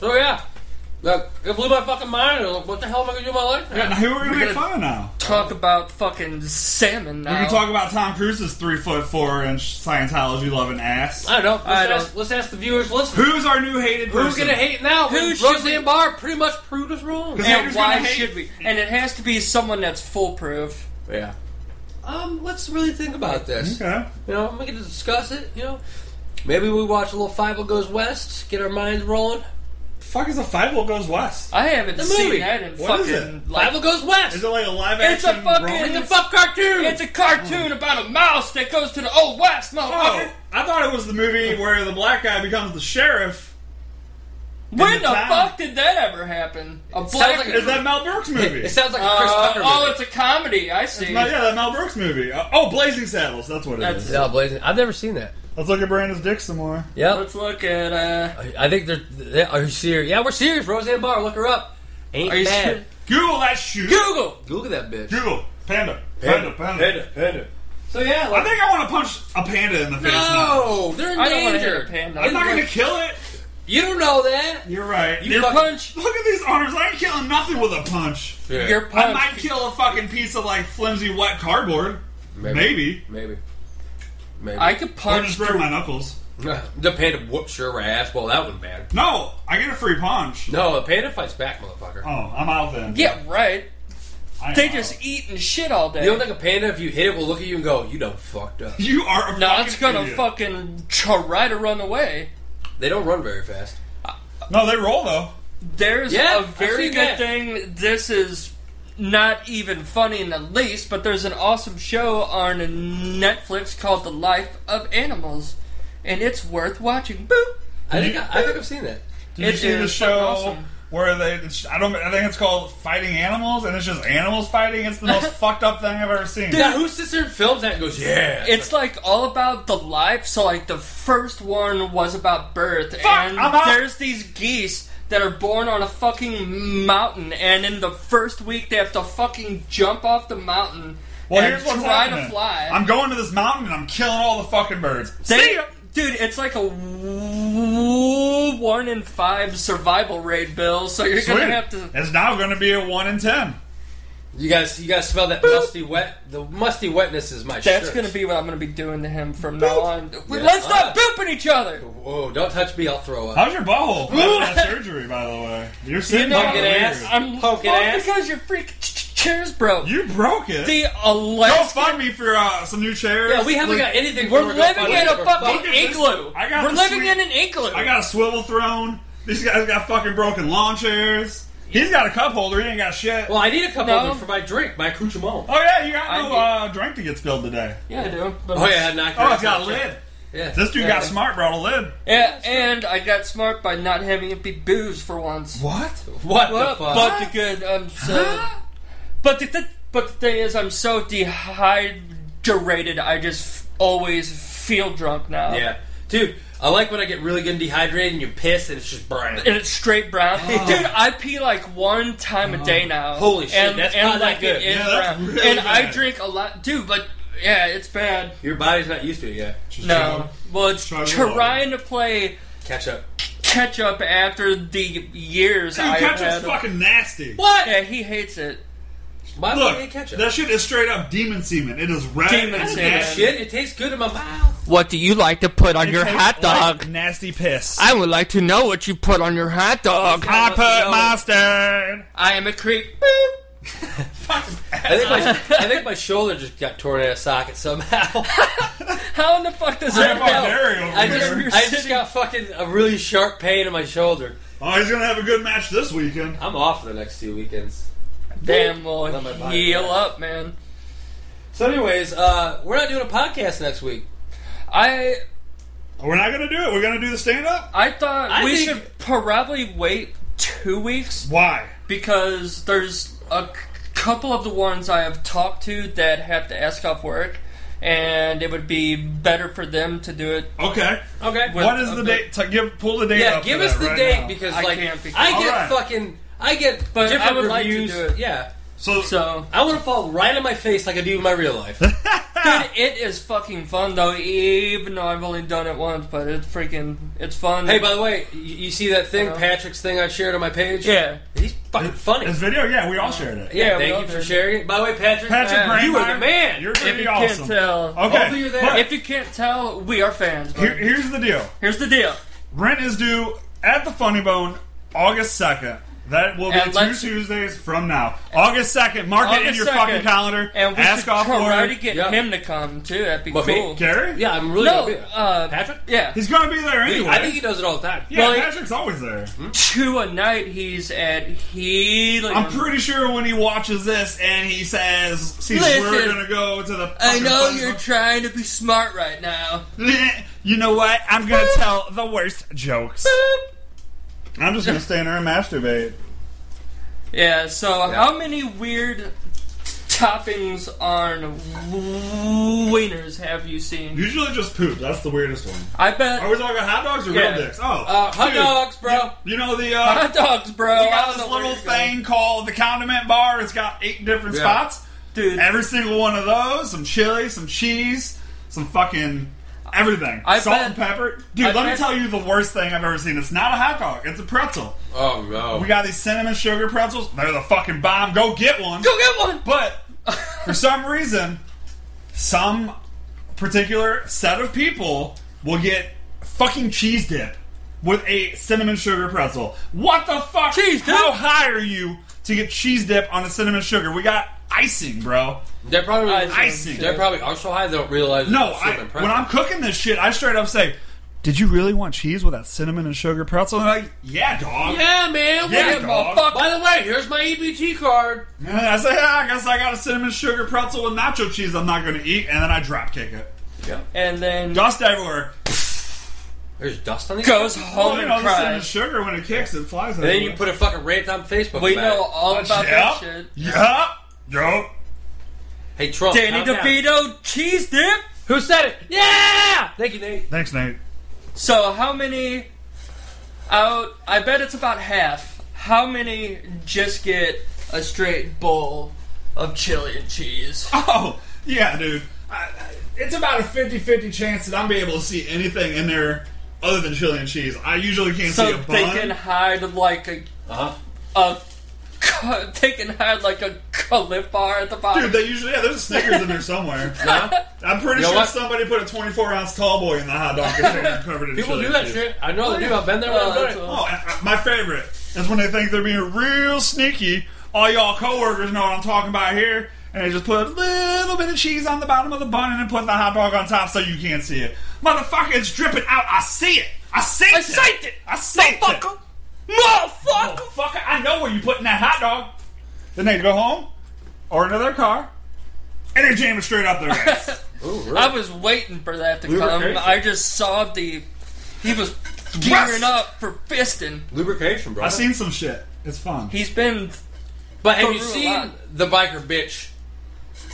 Speaker 3: So yeah, Look, it blew my fucking mind. I'm like, what the hell am I gonna do with my life? now?
Speaker 2: Yeah, now who are we gonna
Speaker 4: We're
Speaker 2: make
Speaker 4: gonna-
Speaker 2: fun of now?
Speaker 4: talk about fucking salmon now.
Speaker 2: We can talk about Tom Cruise's three foot four inch Scientology loving ass.
Speaker 3: I don't know. Let's,
Speaker 4: I don't-
Speaker 3: ask, let's ask the viewers. Listen,
Speaker 2: Who's our new hated person?
Speaker 3: who's gonna hate now?
Speaker 4: Who
Speaker 3: When
Speaker 4: should
Speaker 3: Roseanne
Speaker 4: we-
Speaker 3: Barr pretty much proved us wrong.
Speaker 2: Because-
Speaker 4: and
Speaker 2: Haters
Speaker 4: why
Speaker 2: gonna hate.
Speaker 4: should we? And it has to be someone that's foolproof.
Speaker 3: Yeah. Um, let's really think about this.
Speaker 2: Okay.
Speaker 3: You know, we can discuss it. You know, maybe we watch a little Five O Goes West, get our minds rolling.
Speaker 2: Fuck is a five will goes west?
Speaker 4: I haven't
Speaker 3: The
Speaker 4: seen
Speaker 3: movie.
Speaker 4: that in
Speaker 2: What is
Speaker 4: fucking
Speaker 2: it?
Speaker 4: like
Speaker 3: Five O Goes West.
Speaker 2: Is it like a live
Speaker 4: It's a
Speaker 2: action?
Speaker 4: fucking-
Speaker 2: romance?
Speaker 3: It's a fuck cartoon.
Speaker 4: It's a cartoon about a mouse that goes to the old west,
Speaker 2: Oh,
Speaker 4: motherfucker.
Speaker 2: I thought it was the movie where the black guy becomes the sheriff.
Speaker 4: when
Speaker 2: in
Speaker 4: the
Speaker 2: the town.
Speaker 4: fuck did that ever happen? A black.
Speaker 3: sounds like a-
Speaker 2: Is that Mel Brooks movie?
Speaker 3: It sounds like a
Speaker 4: Uh,
Speaker 3: Chris Tucker.
Speaker 4: oh,
Speaker 3: movie.
Speaker 4: it's a comedy. I see.
Speaker 2: No, yeah, that Mel Brooks movie. Uh, oh, Blazing Saddles. That's what it
Speaker 4: That's-
Speaker 2: is.
Speaker 3: No, Blazing. I've never seen that.
Speaker 2: Let's look at Brandon's dick some more.
Speaker 3: Yep.
Speaker 4: Let's look at. uh...
Speaker 3: I I think they're. They are you serious? Yeah, we're serious. Roseanne Barr, look her up. Ain't
Speaker 4: Are you
Speaker 3: bad.
Speaker 4: sure?
Speaker 2: Google that shit.
Speaker 4: Google.
Speaker 3: Google that bitch.
Speaker 2: Google. Panda. Panda. Panda.
Speaker 3: panda. So yeah,
Speaker 2: I
Speaker 3: like,
Speaker 2: think I want to punch a panda in the face now.
Speaker 3: no, they're in
Speaker 4: I don't want to hit
Speaker 3: danger.
Speaker 4: a panda.
Speaker 2: I'm not going to kill it.
Speaker 3: You don't know that.
Speaker 2: You're right.
Speaker 4: your
Speaker 3: fucking-
Speaker 4: punch.
Speaker 2: look at these arms. I ain't killing nothing with a punch.
Speaker 4: Your
Speaker 2: I
Speaker 4: punch.
Speaker 2: might kill a fucking piece of like flimsy wet cardboard. Maybe.
Speaker 3: Maybe. Maybe.
Speaker 4: I (laughs) could
Speaker 2: Or
Speaker 4: punch
Speaker 2: just break
Speaker 4: through-
Speaker 2: my knuckles.
Speaker 3: the panda whoops your ass. Well, that wouldn't matter.
Speaker 2: No, I get a free punch.
Speaker 3: No, the panda fights back, motherfucker.
Speaker 2: Oh, I'm out then.
Speaker 4: Yeah, right.
Speaker 2: I'm
Speaker 4: They
Speaker 2: out.
Speaker 4: just eat and shit all day.
Speaker 3: You don't think a panda, if you hit it, will look at you and go, "You done fucked
Speaker 2: (laughs)
Speaker 3: up."
Speaker 2: You are a fucking
Speaker 4: no, it's gonna
Speaker 2: idiot.
Speaker 4: fucking try to run away.
Speaker 3: They don't run very fast.
Speaker 2: No, they roll though.
Speaker 4: There's
Speaker 3: Yeah,
Speaker 4: a
Speaker 3: I've
Speaker 4: very
Speaker 3: seen
Speaker 4: good
Speaker 3: that.
Speaker 4: thing. This is not even funny in the least, but there's an awesome show on Netflix called The Life of Animals, and it's worth watching. Boop.
Speaker 3: I think I, I think I've seen that.
Speaker 2: Did
Speaker 4: It
Speaker 2: you see the
Speaker 4: is
Speaker 2: show
Speaker 4: awesome.
Speaker 2: where they? It's, I don't. I think it's called Fighting Animals, and it's just animals fighting. It's the
Speaker 4: (laughs)
Speaker 2: most fucked up thing I've ever seen.
Speaker 3: Now, who sits there and films that and goes, "Yeah"?
Speaker 4: It's like all about the life. So like the first one was about birth, and
Speaker 2: I'm out.
Speaker 4: there's these geese that are born on a fucking mountain, and in the first week they have to fucking jump off the mountain
Speaker 2: Well,
Speaker 4: and
Speaker 2: here's what's
Speaker 4: try
Speaker 2: happening.
Speaker 4: to fly.
Speaker 2: I'm going to this mountain and I'm killing all the fucking birds.
Speaker 4: They-
Speaker 2: See ya.
Speaker 4: Dude, it's like a w- one in five survival rate, Bill. So you're
Speaker 2: Sweet.
Speaker 4: gonna have to.
Speaker 2: It's now going to be a one in ten.
Speaker 3: you guys. You guys smell that musty wet. The musty wetness is my.
Speaker 4: That's
Speaker 3: shirt.
Speaker 4: gonna be what I'm gonna be doing to him from now on.
Speaker 3: Yeah.
Speaker 4: Let's stop booping each other.
Speaker 3: Whoa! Don't touch me. I'll throw up.
Speaker 2: How's your
Speaker 4: (laughs)
Speaker 2: butthole? I had surgery, by the way. You're sitting
Speaker 4: know-
Speaker 2: kinda
Speaker 3: Pumpkin
Speaker 2: weird.
Speaker 3: ass.
Speaker 4: I'm
Speaker 3: Poking
Speaker 4: well,
Speaker 3: ass.
Speaker 4: because your freaking ch- ch- chair's broke.
Speaker 2: You broke it.
Speaker 4: the
Speaker 2: Go
Speaker 4: Alaska.
Speaker 2: fund me for uh, some new chairs.
Speaker 3: Yeah, we haven't got anything.
Speaker 4: We're
Speaker 3: for it.
Speaker 4: living in a
Speaker 3: We're
Speaker 4: fucking
Speaker 2: this-
Speaker 4: igloo.
Speaker 2: I got
Speaker 4: We're
Speaker 2: the
Speaker 4: living
Speaker 2: sweet-
Speaker 4: in an igloo.
Speaker 2: I got a swivel throne. These guys got fucking broken lawn chairs. He's got a cup holder. He ain't got shit.
Speaker 3: Well, I need a cup
Speaker 4: No.
Speaker 3: holder for my drink, my accoutrement.
Speaker 2: oh yeah, you got no
Speaker 4: I
Speaker 2: uh, drink to get spilled today.
Speaker 4: yeah, I do. But
Speaker 3: Oh yeah, I knocked.
Speaker 2: Oh,
Speaker 3: it
Speaker 2: it's got a
Speaker 3: out.
Speaker 2: lid.
Speaker 3: Yeah.
Speaker 2: This dude got smart, brought a lid.
Speaker 4: Yeah, and I got smart by not having it be booze for once.
Speaker 2: What?
Speaker 3: what
Speaker 4: Well,
Speaker 3: the fuck?
Speaker 4: but the good, I'm so. but the th- but the thing is, I'm so dehydrated. I just f- always feel drunk now.
Speaker 3: yeah, dude. I like when I get really good and dehydrated, and you piss, and it's just brown.
Speaker 4: And it's straight brown, dude. I pee like one time a day now.
Speaker 3: Oh. Holy shit,
Speaker 4: And,
Speaker 3: that's
Speaker 4: and
Speaker 3: not that
Speaker 4: like
Speaker 3: good.
Speaker 4: it is
Speaker 2: Yeah, that's
Speaker 4: brown.
Speaker 2: really
Speaker 4: and I
Speaker 2: bad.
Speaker 4: drink a lot, dude. But yeah, it's bad.
Speaker 3: Your body's not used to it yet.
Speaker 4: No, well, it's
Speaker 2: Try the water.
Speaker 4: trying to play
Speaker 3: Catch up.
Speaker 4: catch up after the years
Speaker 2: Dude,
Speaker 4: I have had.
Speaker 2: ketchup's fucking nasty.
Speaker 3: What?
Speaker 4: yeah, he hates it.
Speaker 3: Why would I
Speaker 2: Look,
Speaker 3: eat ketchup?
Speaker 2: that shit is straight up demon semen. It is red.
Speaker 4: Demon
Speaker 2: and
Speaker 4: semen.
Speaker 2: nasty.
Speaker 3: shit, it tastes good in my mouth.
Speaker 4: What do you like to put on
Speaker 2: It
Speaker 4: your
Speaker 2: tastes like
Speaker 4: hot dog?
Speaker 2: nasty piss.
Speaker 4: I would like to know what you put on your hot dog.
Speaker 2: I put
Speaker 3: No.
Speaker 2: mustard.
Speaker 4: I am a creep.
Speaker 2: (laughs)
Speaker 3: I think my (laughs) I think my shoulder just got torn out of socket somehow. (laughs)
Speaker 4: How in the fuck does that
Speaker 2: Grandpa
Speaker 4: help?
Speaker 2: Barry over
Speaker 3: I
Speaker 2: here.
Speaker 4: You're
Speaker 3: just I just
Speaker 4: sitting-
Speaker 3: got fucking a really sharp pain in my shoulder.
Speaker 2: Oh, he's gonna have a good match this weekend.
Speaker 3: I'm off for the next two weekends.
Speaker 4: Damn, well,
Speaker 3: Let my body
Speaker 4: heal
Speaker 3: relax.
Speaker 4: up, man.
Speaker 3: So, anyways, uh, we're not doing a podcast next week.
Speaker 4: I
Speaker 2: We're not gonna do it. We're gonna do the stand up.
Speaker 4: I thought
Speaker 3: I
Speaker 4: we
Speaker 3: think-
Speaker 4: should probably wait two weeks
Speaker 2: Why?
Speaker 4: because there's a c- couple of the ones I have talked to that have to ask off work, and it would be better for them to do it.
Speaker 2: Okay.
Speaker 3: Okay.
Speaker 2: What is the
Speaker 4: okay.
Speaker 2: date? To give pull the date.
Speaker 3: yeah,
Speaker 2: up
Speaker 3: give
Speaker 2: for
Speaker 3: us
Speaker 2: that
Speaker 3: the
Speaker 2: right
Speaker 3: date
Speaker 2: now.
Speaker 3: because
Speaker 4: I
Speaker 3: like
Speaker 4: can't because-
Speaker 3: I get
Speaker 2: Alright.
Speaker 3: fucking I get
Speaker 4: But
Speaker 3: different
Speaker 4: I would like to
Speaker 3: reviews.
Speaker 4: do it.
Speaker 3: Yeah.
Speaker 2: So,
Speaker 4: So
Speaker 3: I want to fall right in my face like I do in my real
Speaker 4: (laughs)
Speaker 3: life.
Speaker 4: dude, it is fucking fun though, even though I've only done it once, but it's freaking it's fun.
Speaker 3: hey, by the way, you, you see that thing,
Speaker 4: Uh-huh.
Speaker 3: Patrick's thing I shared on my page?
Speaker 4: yeah.
Speaker 3: He's fucking funny.
Speaker 2: this video, yeah, we all shared it.
Speaker 3: Yeah,
Speaker 4: Yeah, we all
Speaker 3: thank you for
Speaker 4: did.
Speaker 3: sharing it. By the way, Patrick,
Speaker 2: Patrick
Speaker 3: uh, you were
Speaker 2: Brandmeier,
Speaker 3: the man.
Speaker 2: You're
Speaker 4: If
Speaker 2: pretty
Speaker 4: you
Speaker 2: awesome.
Speaker 4: can't tell,
Speaker 2: Okay.
Speaker 3: Hopefully you're there.
Speaker 2: but
Speaker 4: if you can't tell, we are fans. bro.
Speaker 2: here- here's the deal.
Speaker 4: Here's the deal.
Speaker 2: Rent is due at the Funny Bone August 2nd. That will be
Speaker 4: And
Speaker 2: two
Speaker 4: let's-
Speaker 2: Tuesdays from now. August 2nd. Mark it in
Speaker 4: August
Speaker 2: your
Speaker 4: 2nd.
Speaker 2: fucking calendar.
Speaker 4: And we
Speaker 2: Ask
Speaker 4: should
Speaker 2: off for
Speaker 4: try to get
Speaker 3: Yeah.
Speaker 4: him to come too. That'd be
Speaker 3: But me?
Speaker 4: cool.
Speaker 2: Gary?
Speaker 3: yeah, I'm really
Speaker 4: No,
Speaker 3: gonna be there.
Speaker 4: uh,
Speaker 3: Patrick?
Speaker 4: yeah.
Speaker 2: He's going to be there anyway.
Speaker 3: I think he does it all the time.
Speaker 2: yeah,
Speaker 4: well, he-
Speaker 2: Patrick's always there.
Speaker 4: Two a night. He's at Helium.
Speaker 2: I'm pretty sure when he watches this and he says, "See, we're
Speaker 4: Listen,
Speaker 2: gonna go to the."
Speaker 4: I
Speaker 2: fucking
Speaker 4: know
Speaker 2: Funny
Speaker 4: you're
Speaker 2: Bone."
Speaker 4: trying to be smart right now.
Speaker 2: you know what? I'm gonna tell the worst jokes. I'm just gonna stand there and masturbate.
Speaker 4: Yeah. So, how many weird toppings on wieners have you seen?
Speaker 2: Usually just poop. That's the weirdest one.
Speaker 4: I bet
Speaker 2: Are we talking hot dogs or
Speaker 4: Yeah.
Speaker 2: real dicks? Oh,
Speaker 3: Uh, hot
Speaker 2: dude.
Speaker 3: dogs, bro.
Speaker 2: You know the uh,
Speaker 4: (laughs) hot dogs, bro.
Speaker 2: We
Speaker 4: I
Speaker 2: got
Speaker 4: don't
Speaker 2: this
Speaker 4: know where
Speaker 2: little
Speaker 4: you're going.
Speaker 2: thing called the condiment bar. It's got eight different
Speaker 3: Yeah.
Speaker 2: spots.
Speaker 4: dude. (laughs)
Speaker 2: Every single one of those, some chili, some cheese, some fucking everything.
Speaker 4: I
Speaker 2: Salt
Speaker 4: bet-
Speaker 2: and pepper. Dude,
Speaker 4: I
Speaker 2: let me
Speaker 4: bet-
Speaker 2: tell you the worst thing I've ever seen. It's not a hot dog, it's a pretzel.
Speaker 3: Oh no.
Speaker 2: We got these cinnamon sugar pretzels. They're the fucking bomb. Go get one.
Speaker 4: Go get one.
Speaker 2: But for some reason, some particular set of people will get fucking cheese dip with a cinnamon sugar pretzel. What the fuck?
Speaker 3: Cheese dip?
Speaker 2: How high are you to get cheese dip on a cinnamon sugar? We got icing, bro.
Speaker 3: They're probably
Speaker 2: I see.
Speaker 3: They're probably are so high they don't realize.
Speaker 2: No,
Speaker 3: it's
Speaker 2: I,
Speaker 3: cinnamon
Speaker 2: when
Speaker 3: pretzel.
Speaker 2: I'm cooking this shit, I straight up say, "Did you really want cheese with that cinnamon and sugar pretzel?" And I, yeah, dog.
Speaker 3: yeah, man.
Speaker 2: Yeah,
Speaker 3: we-
Speaker 2: dog.
Speaker 3: fuck, By the way, here's my EBT card.
Speaker 2: And I say, "Ah, I guess I got a cinnamon sugar pretzel with nacho cheese. I'm not going to eat, and then I drop kick it.
Speaker 3: Yeah.
Speaker 4: (laughs) and then
Speaker 2: Dust everywhere.
Speaker 3: There's dust on
Speaker 2: (laughs)
Speaker 3: these.
Speaker 4: goes
Speaker 3: things?
Speaker 2: Well,
Speaker 4: home
Speaker 2: you
Speaker 4: and
Speaker 2: know, the cinnamon
Speaker 4: cries.
Speaker 2: sugar when it kicks, it flies.
Speaker 3: And then you put a fucking rant on Facebook.
Speaker 4: We
Speaker 3: about it.
Speaker 4: know all about that
Speaker 2: yeah,
Speaker 4: shit.
Speaker 2: yeah, yep.
Speaker 3: Hey Trump.
Speaker 4: Danny
Speaker 3: calm down.
Speaker 4: DeVito cheese dip.
Speaker 3: Who said it? Yeah. Thank you, Nate.
Speaker 2: Thanks, Nate.
Speaker 4: So how many? Out. I bet it's about half. How many just get a straight bowl of chili and cheese?
Speaker 2: Oh, yeah, dude. I, I, it's about a 50 50 chance that I'm be able to see anything in there other than chili and cheese. I usually can't see
Speaker 4: So
Speaker 2: a bun. Uh-huh.
Speaker 4: they can hide like a
Speaker 3: Uh huh.
Speaker 4: a. (laughs) ca- They can hide like a clip bar at the bottom.
Speaker 2: Dude, they usually yeah. There's Snickers in there
Speaker 3: (laughs)
Speaker 2: somewhere. I'm pretty
Speaker 3: You know
Speaker 2: sure
Speaker 3: what?
Speaker 2: somebody put a 24 ounce tall boy in the hot dog container covered in
Speaker 3: People
Speaker 2: chili
Speaker 3: do that
Speaker 2: cheese.
Speaker 3: shit. I know they do. I've been there.
Speaker 4: Oh,
Speaker 3: I've done
Speaker 4: that's
Speaker 3: it.
Speaker 4: all.
Speaker 2: Oh, I- I- my favorite is when they think they're being real sneaky. All y'all coworkers know what I'm talking about here, and they just put a little bit of cheese on the bottom of the bun and then put the hot dog on top so you can't see it. Motherfucker, it's dripping out. I see it. I see it. I
Speaker 4: seen it.
Speaker 2: I see it.
Speaker 4: Motherfucker! Motherfucker!
Speaker 2: Motherfucker, I know where you putting that hot dog. Then they go home or into their car, and they jam it straight up their ass.
Speaker 4: (laughs)
Speaker 3: Ooh, really?
Speaker 4: I was waiting for that to come.
Speaker 3: Lubrication.
Speaker 4: I just saw the. He was gearing up for fisting.
Speaker 3: Lubrication, bro.
Speaker 2: I've seen some shit. It's fun.
Speaker 4: He's been.
Speaker 3: But have you
Speaker 4: Peru a
Speaker 3: seen
Speaker 4: lot.
Speaker 3: the biker bitch?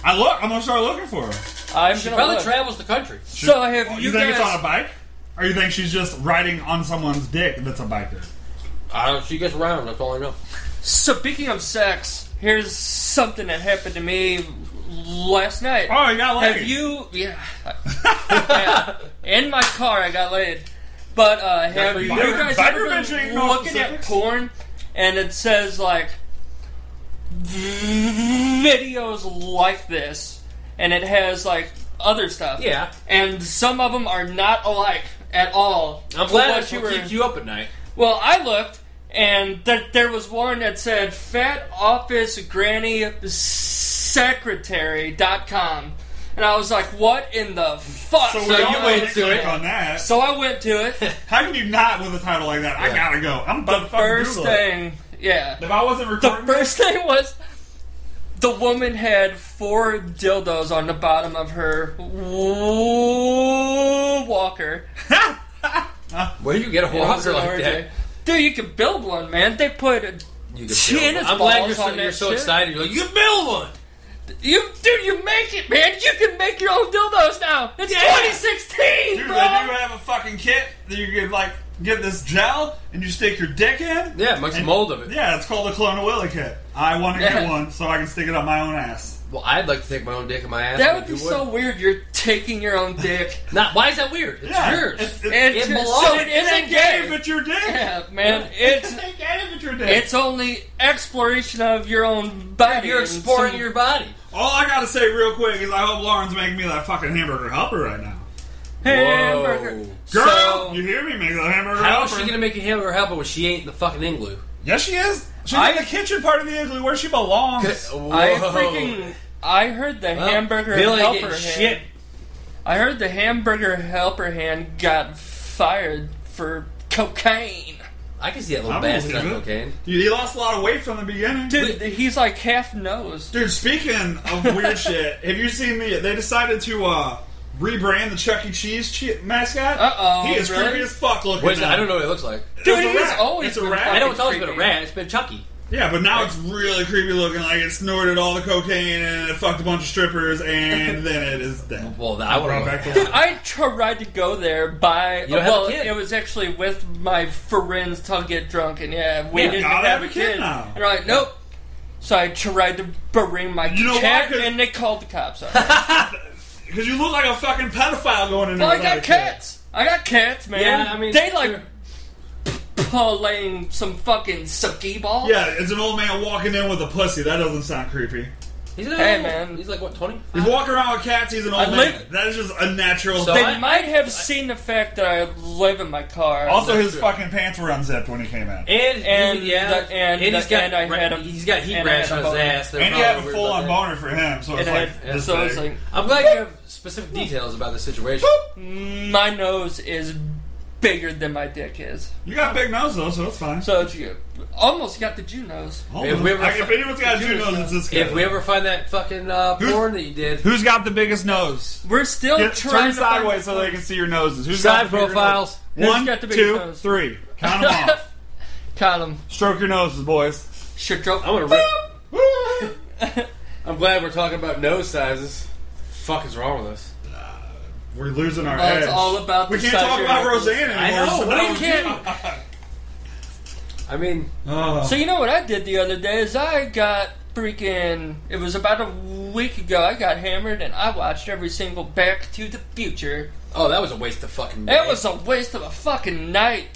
Speaker 2: I look. I'm gonna start looking for her.
Speaker 4: I'm
Speaker 3: She
Speaker 4: gonna
Speaker 3: probably
Speaker 4: look.
Speaker 3: travels the country.
Speaker 4: So have
Speaker 2: You,
Speaker 4: you,
Speaker 2: think
Speaker 4: guys?
Speaker 2: it's on a bike, or you think she's just riding on someone's dick that's a biker?
Speaker 3: I don't. She gets around. That's all I know.
Speaker 4: so speaking of sex, here's something that happened to me last night.
Speaker 2: Oh, you got lucky.
Speaker 4: Have you? Yeah. Yeah. In my car, I got laid. But uh, have
Speaker 3: what
Speaker 4: you
Speaker 3: you do.
Speaker 4: guys
Speaker 2: Viper
Speaker 4: ever
Speaker 2: mentioning
Speaker 4: been
Speaker 2: no
Speaker 4: looking at
Speaker 2: specifics?
Speaker 4: porn and it says like videos like this, and it has like other stuff.
Speaker 3: Yeah.
Speaker 4: And some of them are not alike at all.
Speaker 3: I'm
Speaker 4: to
Speaker 3: glad
Speaker 4: what
Speaker 3: that you keeps you up at night.
Speaker 4: well, I looked, and th- there was one that said "fat office granny secretary.com. And I was like, what in the fuck?
Speaker 2: So,
Speaker 4: So,
Speaker 2: we
Speaker 3: you
Speaker 2: all
Speaker 3: went
Speaker 2: went
Speaker 3: to it.
Speaker 2: on that.
Speaker 4: I went to
Speaker 3: (laughs)
Speaker 4: it.
Speaker 2: How can you not with a title like that? I
Speaker 3: Yeah.
Speaker 2: gotta go. I'm about to fucking
Speaker 4: First
Speaker 2: Google it.
Speaker 4: thing, yeah.
Speaker 2: If I wasn't
Speaker 4: The
Speaker 2: recording,
Speaker 4: first (laughs) thing was the woman had four dildos on the bottom of her walker.
Speaker 3: Where do you get a
Speaker 4: It was
Speaker 3: walker
Speaker 4: an
Speaker 3: like
Speaker 4: orgy.
Speaker 3: that?
Speaker 4: Dude, you could build one, man. They put
Speaker 3: You
Speaker 4: She
Speaker 3: build
Speaker 4: and
Speaker 3: one.
Speaker 4: his
Speaker 3: I'm glad
Speaker 4: balls
Speaker 3: you're so,
Speaker 4: on that
Speaker 3: you're so
Speaker 4: shit.
Speaker 3: excited. You're like, you can build one.
Speaker 4: You, dude, you make it, man. You can make your own dildos now. It's 2016,
Speaker 2: dude,
Speaker 4: bro.
Speaker 2: they do have a fucking kit that you could like get this gel and you stick your dick in.
Speaker 3: Yeah, it makes a mold of it.
Speaker 2: Yeah, it's called the Clone Willy kit. I want to
Speaker 4: Yeah.
Speaker 2: get one so I can stick it up my own ass.
Speaker 3: Well, I'd like to take my own dick in my ass.
Speaker 4: that
Speaker 3: but
Speaker 4: would be
Speaker 3: you
Speaker 4: so
Speaker 3: wouldn't.
Speaker 4: weird. You're taking your own dick.
Speaker 3: Not. Why is that weird? It's
Speaker 2: Yeah,
Speaker 3: yours.
Speaker 2: it's-
Speaker 4: And
Speaker 3: (laughs) It
Speaker 4: to-
Speaker 3: belongs-
Speaker 4: so it
Speaker 3: it
Speaker 4: isn't
Speaker 2: They gave
Speaker 4: gay.
Speaker 2: it your dick.
Speaker 4: Yeah,
Speaker 3: (laughs)
Speaker 4: man. It's
Speaker 2: They gave it your dick.
Speaker 4: it's only exploration of your own body.
Speaker 3: you're
Speaker 4: and
Speaker 3: exploring
Speaker 4: some-
Speaker 3: your body.
Speaker 2: All I gotta say real quick is I hope Lauren's making me that fucking hamburger helper right now.
Speaker 4: hamburger.
Speaker 3: Whoa.
Speaker 2: Girl,
Speaker 4: So-
Speaker 2: you hear me? Make the hamburger
Speaker 3: How is
Speaker 2: helper.
Speaker 3: she gonna make a hamburger helper when she ain't in the fucking igloo?
Speaker 2: Yes, she is. She's
Speaker 4: I-
Speaker 2: in the kitchen part of the igloo where she belongs.
Speaker 4: (laughs) I
Speaker 3: Whoa.
Speaker 4: freaking I heard the
Speaker 3: Well,
Speaker 4: hamburger
Speaker 3: Billy ain't
Speaker 4: helper hand.
Speaker 3: getting shit.
Speaker 4: I heard the hamburger helper hand got fired for cocaine.
Speaker 3: I can see
Speaker 2: I
Speaker 3: that little
Speaker 2: believe
Speaker 3: bastard on
Speaker 2: it.
Speaker 3: cocaine.
Speaker 2: Dude, he lost a lot of weight from the beginning.
Speaker 4: Dude, he's like half nosed.
Speaker 2: Dude, speaking of weird shit, have you seen the? They decided to uh, rebrand the Chuck E. Cheese che- mascot.
Speaker 4: Uh-oh,
Speaker 2: he is
Speaker 4: really?
Speaker 2: creepy as fuck looking.
Speaker 3: What is it?
Speaker 2: now.
Speaker 3: I don't know what it looks like.
Speaker 4: Dude,
Speaker 2: It's a
Speaker 4: he's
Speaker 2: rat.
Speaker 4: always
Speaker 2: It's a
Speaker 4: been
Speaker 2: rat.
Speaker 4: fucking
Speaker 2: I
Speaker 3: I know it's always been
Speaker 4: creepy.
Speaker 3: a rat. It's been Chucky.
Speaker 2: Yeah, but now it's really creepy looking. Like it snorted all the cocaine and it fucked a bunch of strippers, and then it is dead.
Speaker 3: Well, I
Speaker 2: Brought back
Speaker 3: want
Speaker 2: to
Speaker 3: to.
Speaker 2: life.
Speaker 4: (laughs) I tried to go there by
Speaker 3: don't have a
Speaker 4: well,
Speaker 3: kid.
Speaker 4: it was actually with my friends to get drunk, and yeah, we
Speaker 3: Yeah,
Speaker 4: didn't
Speaker 2: gotta
Speaker 4: have a kid.
Speaker 2: now.
Speaker 4: And we're like, nope. So I tried to bring my
Speaker 2: You know why?
Speaker 4: cat,
Speaker 2: 'Cause-
Speaker 4: and they called the cops.
Speaker 3: (laughs)
Speaker 4: on me.
Speaker 2: Because you look like a fucking pedophile going in there.
Speaker 4: well, I
Speaker 2: without a kid.
Speaker 4: got cats. I got cats, man.
Speaker 3: Yeah, I mean,
Speaker 4: they like
Speaker 3: sure.
Speaker 4: playing some fucking sucky ball.
Speaker 2: Yeah, it's an old man walking in with a pussy. That doesn't sound creepy.
Speaker 3: He's an
Speaker 4: Hey,
Speaker 3: old-
Speaker 4: man.
Speaker 3: He's like what twenty?
Speaker 2: He's walking around with cats. He's an old
Speaker 4: Uh, I
Speaker 2: man.
Speaker 4: live-
Speaker 2: that is just a natural.
Speaker 3: So
Speaker 4: They
Speaker 3: I-
Speaker 4: might have seen the fact that I live in my car.
Speaker 2: also, his
Speaker 3: true.
Speaker 2: fucking pants were unzipped when he came out. And,
Speaker 3: And,
Speaker 4: And
Speaker 3: yeah,
Speaker 4: the- and
Speaker 3: he's
Speaker 4: the-
Speaker 3: got
Speaker 4: and I had a-
Speaker 3: he's got heat
Speaker 4: and I
Speaker 3: rash
Speaker 4: had
Speaker 3: on
Speaker 4: a
Speaker 3: his
Speaker 4: boner.
Speaker 3: ass. They're
Speaker 2: he had a
Speaker 3: probably
Speaker 2: full on
Speaker 3: weird about
Speaker 2: boner for him, so it's
Speaker 4: and I-
Speaker 2: like
Speaker 4: and
Speaker 2: this
Speaker 4: so it's
Speaker 2: big.
Speaker 4: like
Speaker 3: that. I'm glad you have specific details about the situation.
Speaker 4: my nose is bigger than my dick is.
Speaker 2: you got a big nose though, so it's fine.
Speaker 4: So it's you almost got the Jew nose.
Speaker 2: Oh,
Speaker 3: If we were-
Speaker 2: I- if anyone's got a Jew nose, it's this guy.
Speaker 3: If we ever find that fucking uh,
Speaker 2: Who's-
Speaker 3: porn that you did,
Speaker 2: Who's got the biggest nose?
Speaker 4: We're still
Speaker 2: Get,
Speaker 4: trying
Speaker 2: turn
Speaker 4: to
Speaker 2: sideways
Speaker 4: find-
Speaker 2: so they can see your noses. Who's
Speaker 3: Side
Speaker 2: got the bigger
Speaker 3: profiles.
Speaker 2: nose? One,
Speaker 4: Who's got the biggest
Speaker 2: two,
Speaker 4: nose?
Speaker 2: three. Count 'em
Speaker 4: (laughs)
Speaker 2: off.
Speaker 4: Column.
Speaker 2: Stroke your noses,
Speaker 4: (laughs)
Speaker 2: boys.
Speaker 4: Shit, drop.
Speaker 3: I'm gonna rip. I'm glad we're talking about nose sizes. fuck is wrong with us?
Speaker 2: We're losing our
Speaker 4: Well,
Speaker 2: edge.
Speaker 4: it's all about
Speaker 2: we
Speaker 4: the
Speaker 2: can't talk
Speaker 4: size of
Speaker 2: about
Speaker 4: your nipples.
Speaker 2: Roseanne
Speaker 3: I
Speaker 2: anymore.
Speaker 3: know,
Speaker 2: so
Speaker 3: what
Speaker 2: that
Speaker 3: are you
Speaker 2: was-
Speaker 3: kidding? I mean,
Speaker 2: (laughs) Oh.
Speaker 4: So you know what I did the other day is I got freaking. It was about a week ago. I got hammered and I watched every single Back to the Future.
Speaker 3: oh, that was a waste of fucking.
Speaker 4: It was a waste of a fucking night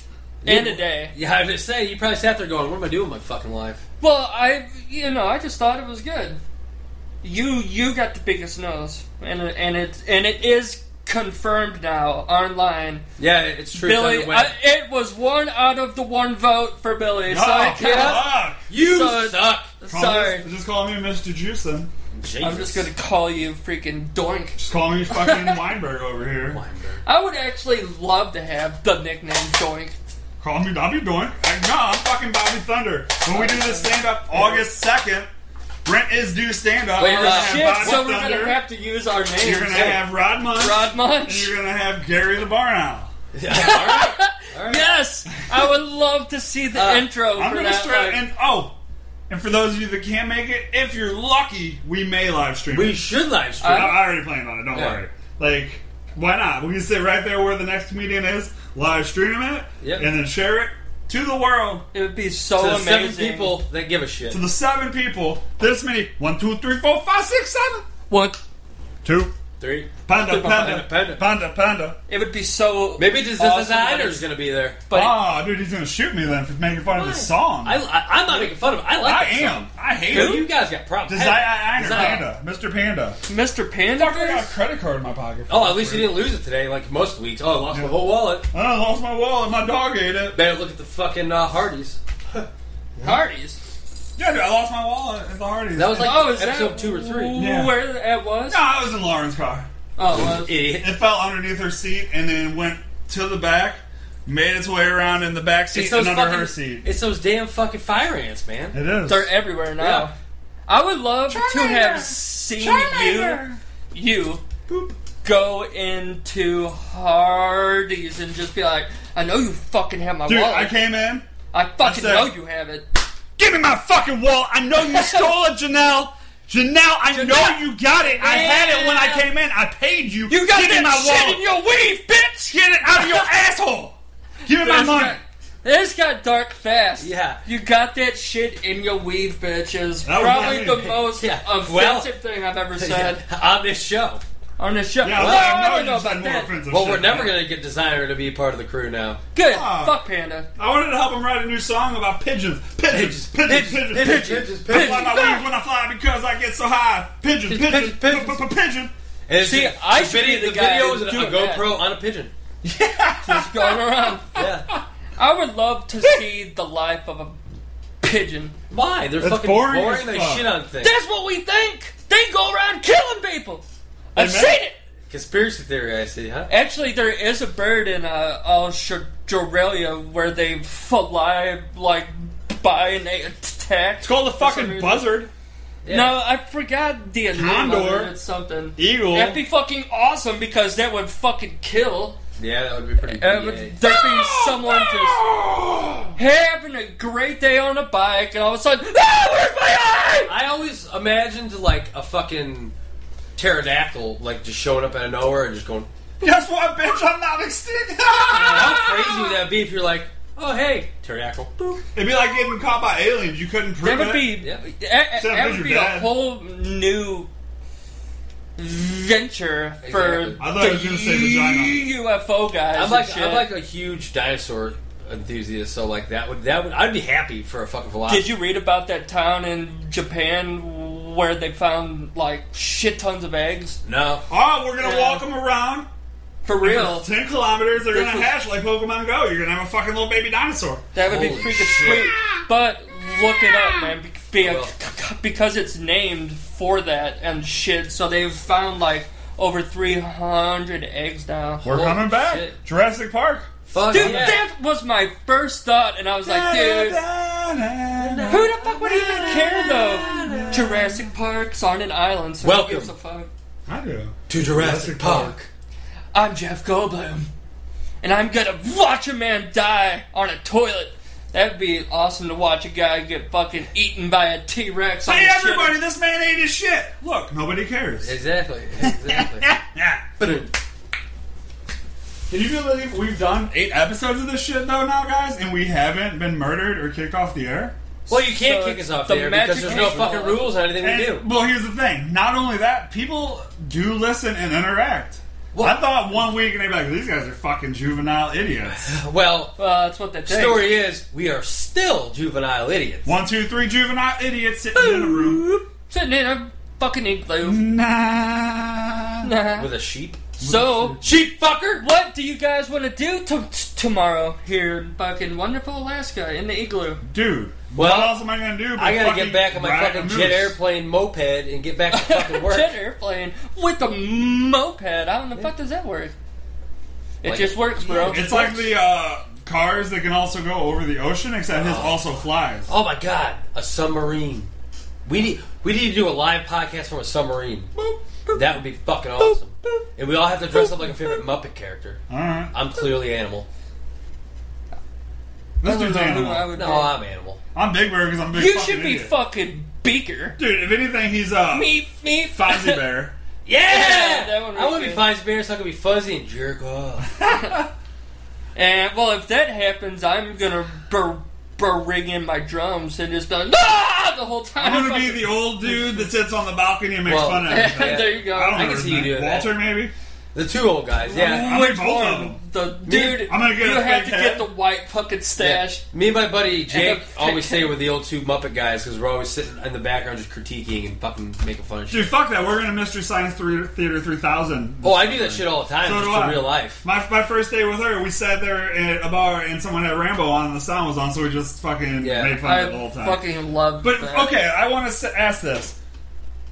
Speaker 4: and a day.
Speaker 3: Yeah, I was gonna say you probably sat there going, "What am I doing with my fucking life?"
Speaker 4: Well, I you know I just thought it was good. You you got the biggest nose, and it- and it and it is confirmed now online.
Speaker 3: Yeah, it's true.
Speaker 4: Billy, I, it was one out of the one vote for Billy. So I
Speaker 2: Oh,
Speaker 4: can't.
Speaker 2: fuck.
Speaker 3: you
Speaker 4: so-
Speaker 3: suck.
Speaker 2: Call
Speaker 4: Sorry,
Speaker 2: me- just call me Mr. Juice then.
Speaker 4: I'm
Speaker 3: (laughs)
Speaker 4: just gonna call you freaking Doink.
Speaker 2: Just call me fucking
Speaker 4: (laughs)
Speaker 2: Weinberg over here.
Speaker 4: I would actually love to have the nickname Doink.
Speaker 2: Call me Bobby Doink. I, no, I'm fucking Bobby Thunder. When we do this stand up August 2nd, Rent is due stand up.
Speaker 3: Wait, uh,
Speaker 4: Shit, so we're gonna have to use our names.
Speaker 2: You're gonna have Rod Munch.
Speaker 4: Rod
Speaker 2: And
Speaker 4: Munch.
Speaker 2: you're gonna have Gary the Barn Owl.
Speaker 4: Yes, I would love to see the
Speaker 3: Uh,
Speaker 4: intro
Speaker 2: I'm
Speaker 4: for
Speaker 2: gonna
Speaker 4: that.
Speaker 2: start.
Speaker 4: like-
Speaker 2: And oh, and for those of you that can't make it, if you're lucky, we may live stream.
Speaker 3: We
Speaker 2: it.
Speaker 3: should live stream.
Speaker 2: I'm already planning on it. Don't
Speaker 3: Yeah.
Speaker 2: worry. Like, why not? We can sit right there where the next comedian is, live stream it,
Speaker 3: Yep.
Speaker 2: and then share it to the world.
Speaker 4: it would be so
Speaker 3: to the
Speaker 4: amazing.
Speaker 3: seven people that give a shit.
Speaker 2: To the seven people, this many. One, two, three, four, five, six, seven.
Speaker 4: What?
Speaker 2: Two.
Speaker 3: Three.
Speaker 2: Panda, panda,
Speaker 3: Panda,
Speaker 2: panda,
Speaker 3: panda.
Speaker 2: panda, panda.
Speaker 4: It would be so.
Speaker 3: Maybe just
Speaker 4: awesome
Speaker 3: the designer's
Speaker 4: when
Speaker 3: gonna be there.
Speaker 4: it's- But
Speaker 2: Oh, dude, he's gonna shoot me then for making fun of his song.
Speaker 3: I, I, am not making fun of it. I like
Speaker 2: I
Speaker 3: that
Speaker 2: am.
Speaker 3: song.
Speaker 2: I hate
Speaker 3: Dude, you
Speaker 2: him.
Speaker 3: guys got problems.
Speaker 2: Desire
Speaker 3: Hey,
Speaker 2: Panda, Mr. Panda.
Speaker 4: Mr.
Speaker 2: I got a
Speaker 4: Panda.
Speaker 2: credit card in my pocket.
Speaker 3: Oh, at least you didn't lose it today, like most weeks. Oh, I lost my whole wallet.
Speaker 2: I lost my wallet. My dog ate it.
Speaker 3: Better look at the fucking uh, Hardee's.
Speaker 4: Hardy's.
Speaker 2: Yeah, dude, I lost my wallet at the Hardee's.
Speaker 3: That was like
Speaker 4: Oh, is
Speaker 3: episode
Speaker 4: that
Speaker 3: two or three.
Speaker 2: Yeah.
Speaker 4: Where that was?
Speaker 2: no, I was in Lauren's car.
Speaker 4: Oh, it was.
Speaker 3: Idiot.
Speaker 2: It fell underneath her seat and then went to the back, made its way around in the back seat
Speaker 3: It's
Speaker 2: and
Speaker 3: those
Speaker 2: under
Speaker 3: fucking.
Speaker 2: her seat.
Speaker 3: It's those damn fucking fire ants, man.
Speaker 2: It is.
Speaker 4: They're everywhere now.
Speaker 3: Yeah.
Speaker 4: I would love to
Speaker 2: Charmander.
Speaker 4: have seen you, you go into Hardee's and just be like, I know you fucking have my
Speaker 2: Dude,
Speaker 4: wallet.
Speaker 2: I came in.
Speaker 4: I fucking
Speaker 2: I said-
Speaker 4: know you have it.
Speaker 2: Give me my fucking wallet. I know you stole it, Janelle. Janelle, I
Speaker 4: Janelle.
Speaker 2: know you got it. I had it when I
Speaker 4: Yeah.
Speaker 2: came in. I paid you.
Speaker 4: You got
Speaker 2: Give me
Speaker 4: that
Speaker 2: my
Speaker 4: shit
Speaker 2: wallet.
Speaker 4: in your weave, bitch.
Speaker 2: Get it out of your asshole. Give me my
Speaker 4: This
Speaker 2: money.
Speaker 4: got- This got dark fast.
Speaker 3: Yeah.
Speaker 4: You got that shit in your weave, bitches.
Speaker 2: That was
Speaker 4: Probably
Speaker 2: my (laughs)
Speaker 4: the
Speaker 2: weave.
Speaker 4: most
Speaker 3: Yeah.
Speaker 4: offensive
Speaker 3: Well-
Speaker 4: thing
Speaker 3: (laughs)
Speaker 4: I've ever said
Speaker 3: On this show.
Speaker 4: on this show.
Speaker 2: Yeah,
Speaker 4: well,
Speaker 2: I,
Speaker 4: I
Speaker 2: know
Speaker 4: don't
Speaker 2: you
Speaker 4: know
Speaker 2: said
Speaker 4: about
Speaker 2: more
Speaker 4: that.
Speaker 2: offensive
Speaker 3: Well,
Speaker 2: shit
Speaker 3: we're
Speaker 2: than
Speaker 3: never
Speaker 2: that.
Speaker 3: gonna get Designer to be part of the crew now.
Speaker 4: Good.
Speaker 2: Ah.
Speaker 4: Fuck Panda.
Speaker 2: I wanted to help him write a new song about pigeons. Pigeons, pigeons, pigeons, pigeons.
Speaker 3: Pigeons,
Speaker 2: I fly my wings when I fly because I get so high. Pigeons, pigeons,
Speaker 3: Pigeons, pigeons,
Speaker 2: pigeon, pigeon.
Speaker 3: And
Speaker 4: See,
Speaker 3: the-
Speaker 4: I
Speaker 3: the
Speaker 4: should
Speaker 3: video,
Speaker 4: be the
Speaker 3: the
Speaker 4: guy
Speaker 3: video is a,
Speaker 4: doing that.
Speaker 3: GoPro on a pigeon.
Speaker 4: Just going around.
Speaker 3: Yeah.
Speaker 4: I would love
Speaker 2: (laughs)
Speaker 4: to see the life of a pigeon.
Speaker 3: Why? They're
Speaker 2: That's
Speaker 3: fucking
Speaker 2: boring
Speaker 3: boring.
Speaker 2: as
Speaker 3: they
Speaker 2: fuck.
Speaker 3: shit on things.
Speaker 4: That's what we think. They go around killing people. I've
Speaker 2: Amen.
Speaker 4: seen it.
Speaker 3: Conspiracy theory, I see, huh?
Speaker 4: Actually, there is a bird in uh, Australia where they fly like by and they attack.
Speaker 2: It's called the
Speaker 4: For some
Speaker 2: fucking
Speaker 4: reason.
Speaker 2: buzzard,
Speaker 3: Yeah.
Speaker 4: No, I forgot the name
Speaker 2: Condor.
Speaker 4: Of it. It's something.
Speaker 2: eagle.
Speaker 4: That'd be fucking awesome because that would fucking kill.
Speaker 3: Yeah, that would be pretty.
Speaker 4: It would,
Speaker 3: gay.
Speaker 4: there'd be someone just
Speaker 2: (gasps)
Speaker 4: having a great day on a bike, and all of a sudden, ah, where's my eye?
Speaker 3: I always imagined like a fucking pterodactyl, like just showing up out of nowhere and just going.
Speaker 2: Guess what, bitch? I'm not extinct. (laughs)
Speaker 3: How
Speaker 4: Ah!
Speaker 3: crazy would that be if you're like, oh hey, pterodactyl? Boop.
Speaker 2: It'd be like getting caught by aliens. You couldn't prove
Speaker 4: That would
Speaker 2: it.
Speaker 4: be
Speaker 3: Yeah.
Speaker 4: that- that,
Speaker 2: Sounds
Speaker 4: that
Speaker 2: good,
Speaker 4: would be
Speaker 2: your
Speaker 4: a
Speaker 2: dad.
Speaker 4: whole new venture
Speaker 3: Exactly.
Speaker 4: for
Speaker 2: I thought I was
Speaker 4: the
Speaker 2: gonna say vagina.
Speaker 4: UFO guys.
Speaker 3: I'm like
Speaker 4: and shit.
Speaker 3: I'm like a huge dinosaur enthusiast, so like that would that would I'd be happy for a fucking velociraptor.
Speaker 4: Did you read about that town in Japan where they found like shit tons of eggs.
Speaker 3: No.
Speaker 2: All right, we're gonna
Speaker 4: Yeah.
Speaker 2: walk them around.
Speaker 4: For real,
Speaker 2: Ten kilometers. They're
Speaker 4: This
Speaker 2: gonna
Speaker 4: was-
Speaker 2: hatch like Pokemon Go. You're gonna have a fucking little baby dinosaur.
Speaker 4: that would be
Speaker 3: Holy
Speaker 4: freaking
Speaker 3: shit.
Speaker 4: sweet. But look it up, man, be- be-
Speaker 3: I will.
Speaker 4: because it's named for that and shit. So they've found like over 300 eggs now.
Speaker 2: We're
Speaker 3: Holy
Speaker 2: coming back.
Speaker 3: shit.
Speaker 2: Jurassic Park.
Speaker 3: Fuck
Speaker 4: Dude,
Speaker 3: yeah.
Speaker 4: that was my first thought, and I was like, dude.
Speaker 2: dude.
Speaker 4: Who the fuck would even care though? Jurassic Park's on an island, so
Speaker 3: Welcome.
Speaker 4: who gives a fuck?
Speaker 2: I do.
Speaker 3: to Jurassic Park.
Speaker 4: I'm Jeff Goldblum, and I'm gonna watch a man die on a toilet. That'd be awesome to watch a guy get fucking eaten by a T Rex.
Speaker 2: Hey everybody, this man ate his shit. Look, nobody cares.
Speaker 3: Exactly.
Speaker 4: (laughs)
Speaker 3: Exactly.
Speaker 2: (laughs) Yeah. Can you believe we've done eight episodes of this shit though now, guys, and we haven't been murdered or kicked off the air?
Speaker 3: well, you can't
Speaker 4: So
Speaker 3: kick us off
Speaker 4: the
Speaker 3: there because there's no
Speaker 4: magic-
Speaker 3: fucking rules on anything we do.
Speaker 2: And, well, here's the thing. Not only that, people do listen and interact. I thought one week and they'd be like, these guys are fucking juvenile
Speaker 3: (laughs)
Speaker 2: idiots.
Speaker 4: (laughs)
Speaker 3: Well,
Speaker 4: Well, that's what that takes.
Speaker 3: story is we are still juvenile idiots.
Speaker 2: One, two, three juvenile idiots sitting in a room.
Speaker 4: Sitting in a fucking igloo.
Speaker 2: Nah.
Speaker 4: Nah.
Speaker 3: With a sheep.
Speaker 4: (laughs) So,
Speaker 3: Sheep fucker!
Speaker 4: what do you guys want to do t- t- tomorrow here in fucking wonderful Alaska in the igloo?
Speaker 2: Dude,
Speaker 3: Well,
Speaker 2: what else am I gonna do? but
Speaker 3: I gotta
Speaker 2: fucking
Speaker 3: get back on my
Speaker 2: ride a
Speaker 3: fucking
Speaker 2: moose?
Speaker 3: jet airplane moped and get
Speaker 4: (laughs)
Speaker 3: back to fucking work.
Speaker 4: jet airplane with a moped. How in the fuck does that work? It
Speaker 3: Like-
Speaker 4: just works, bro.
Speaker 2: It's like the uh, cars that can also go over the ocean, except his also flies.
Speaker 3: Oh my god, a submarine. We need we need to do a live podcast from a submarine. That would be fucking awesome. And we all have to dress up like a favorite Muppet character.
Speaker 2: Alright.
Speaker 3: I'm clearly animal.
Speaker 2: This
Speaker 4: I don't
Speaker 2: dude's
Speaker 4: know who I
Speaker 2: animal.
Speaker 4: would
Speaker 3: No,
Speaker 4: be.
Speaker 3: I'm animal.
Speaker 2: I'm Big Bird because I'm a big
Speaker 4: you
Speaker 2: fucking
Speaker 4: should be
Speaker 2: idiot.
Speaker 4: fucking Beaker.
Speaker 2: Dude, if anything, he's uh,
Speaker 4: Meep meep. (laughs)
Speaker 2: Fozzie Bear.
Speaker 3: Yeah!
Speaker 4: that one
Speaker 3: I
Speaker 4: was
Speaker 3: want to be
Speaker 4: good.
Speaker 3: fine bear so I can be fuzzy and jerk off.
Speaker 4: And well, if that happens, I'm gonna bur- bur- ring in my drums and just be like, ah! the whole time.
Speaker 2: I'm gonna be the old dude that sits on the balcony and makes
Speaker 3: Well,
Speaker 2: fun of everything.
Speaker 4: (laughs) there you go.
Speaker 2: I don't
Speaker 3: (laughs) I
Speaker 2: know.
Speaker 3: can
Speaker 2: his
Speaker 3: see you
Speaker 2: name.
Speaker 3: doing that.
Speaker 2: Walter, maybe.
Speaker 3: The two old guys, yeah.
Speaker 2: I'm
Speaker 4: Which
Speaker 2: both of
Speaker 4: one? The dude,
Speaker 2: I'm gonna get
Speaker 4: you
Speaker 2: a
Speaker 4: have to
Speaker 2: fake
Speaker 4: get
Speaker 2: head.
Speaker 4: the white fucking stash.
Speaker 3: Me and my buddy Jake
Speaker 4: the-
Speaker 3: always stay with the old two Muppet guys because we're always sitting in the background just critiquing and fucking making fun of shit.
Speaker 2: Dude, fuck that. We're gonna Mystery Science Thre- Theater 3000.
Speaker 3: Oh, I do that shit all the time
Speaker 2: So do
Speaker 3: just in
Speaker 2: I.
Speaker 3: real life.
Speaker 2: My, my first day with her, we sat there at a bar and someone had Rambo on and the sound was on, so we just fucking
Speaker 3: Yeah,
Speaker 2: made fun of it the
Speaker 4: I
Speaker 2: whole time.
Speaker 4: fucking love.
Speaker 2: But
Speaker 4: that.
Speaker 2: okay, I want to ask this: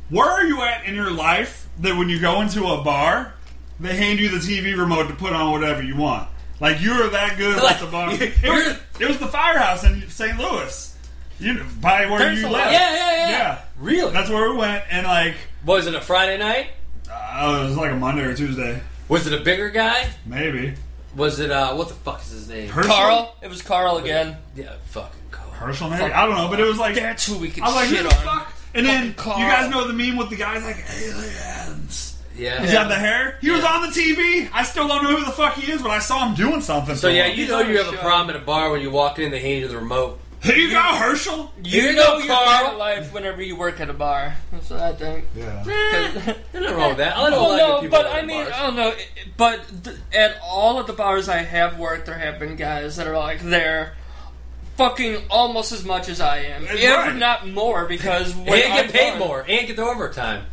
Speaker 2: Where are you at in your life that when you go into a bar, they hand you the TV remote to put on whatever you want? Like you are that good
Speaker 3: Like,
Speaker 2: at
Speaker 4: (laughs)
Speaker 2: the bar.
Speaker 3: you're-
Speaker 2: It was, it was the firehouse in St. Louis. You know, by where
Speaker 4: There's
Speaker 2: you
Speaker 4: a
Speaker 2: live.
Speaker 4: lot-
Speaker 3: Yeah, yeah, yeah.
Speaker 2: Yeah.
Speaker 3: Really?
Speaker 2: That's where we went, and like
Speaker 3: Was it a Friday night?
Speaker 2: uh, it was like a Monday or Tuesday,
Speaker 3: Was it a bigger guy?
Speaker 2: maybe.
Speaker 3: Was it uh what the fuck is his name?
Speaker 2: Herschel?
Speaker 4: Carl. It was Carl again.
Speaker 3: Yeah, fucking Carl.
Speaker 2: Herschel, maybe I don't know, but it was like
Speaker 4: That's who we can
Speaker 2: I was like,
Speaker 4: shit
Speaker 2: who the
Speaker 4: on.
Speaker 2: fuck? And then
Speaker 4: Fucking Carl.
Speaker 2: you guys know the meme with the guys like aliens.
Speaker 3: Yeah.
Speaker 2: He's got the hair. He was on the TV. I still don't know who the fuck he is, but I saw him doing something.
Speaker 3: So yeah, you
Speaker 4: He's
Speaker 3: know
Speaker 4: on
Speaker 3: you
Speaker 4: the
Speaker 3: have a
Speaker 4: show.
Speaker 3: problem at a bar when you walk in, they hand you the remote.
Speaker 2: here you go, Herschel.
Speaker 4: You,
Speaker 3: You
Speaker 4: know,
Speaker 3: know
Speaker 4: you're
Speaker 3: Carl.
Speaker 4: better life whenever you work at a bar. That's what I think.
Speaker 2: Yeah.
Speaker 3: There's nothing wrong with that. I don't
Speaker 4: Well,
Speaker 3: like
Speaker 4: Oh, no,
Speaker 3: people
Speaker 4: but
Speaker 3: at
Speaker 4: I mean, oh,
Speaker 3: bars.
Speaker 4: I don't know. it- it- But th- at all of the bars I have worked, there have been guys that are like there, fucking almost as much as I am,
Speaker 2: That's
Speaker 4: if
Speaker 2: right.
Speaker 4: not
Speaker 3: (laughs)
Speaker 4: more, because when
Speaker 3: and
Speaker 4: I'm
Speaker 3: get paid
Speaker 4: gone-
Speaker 3: more, and get the overtime.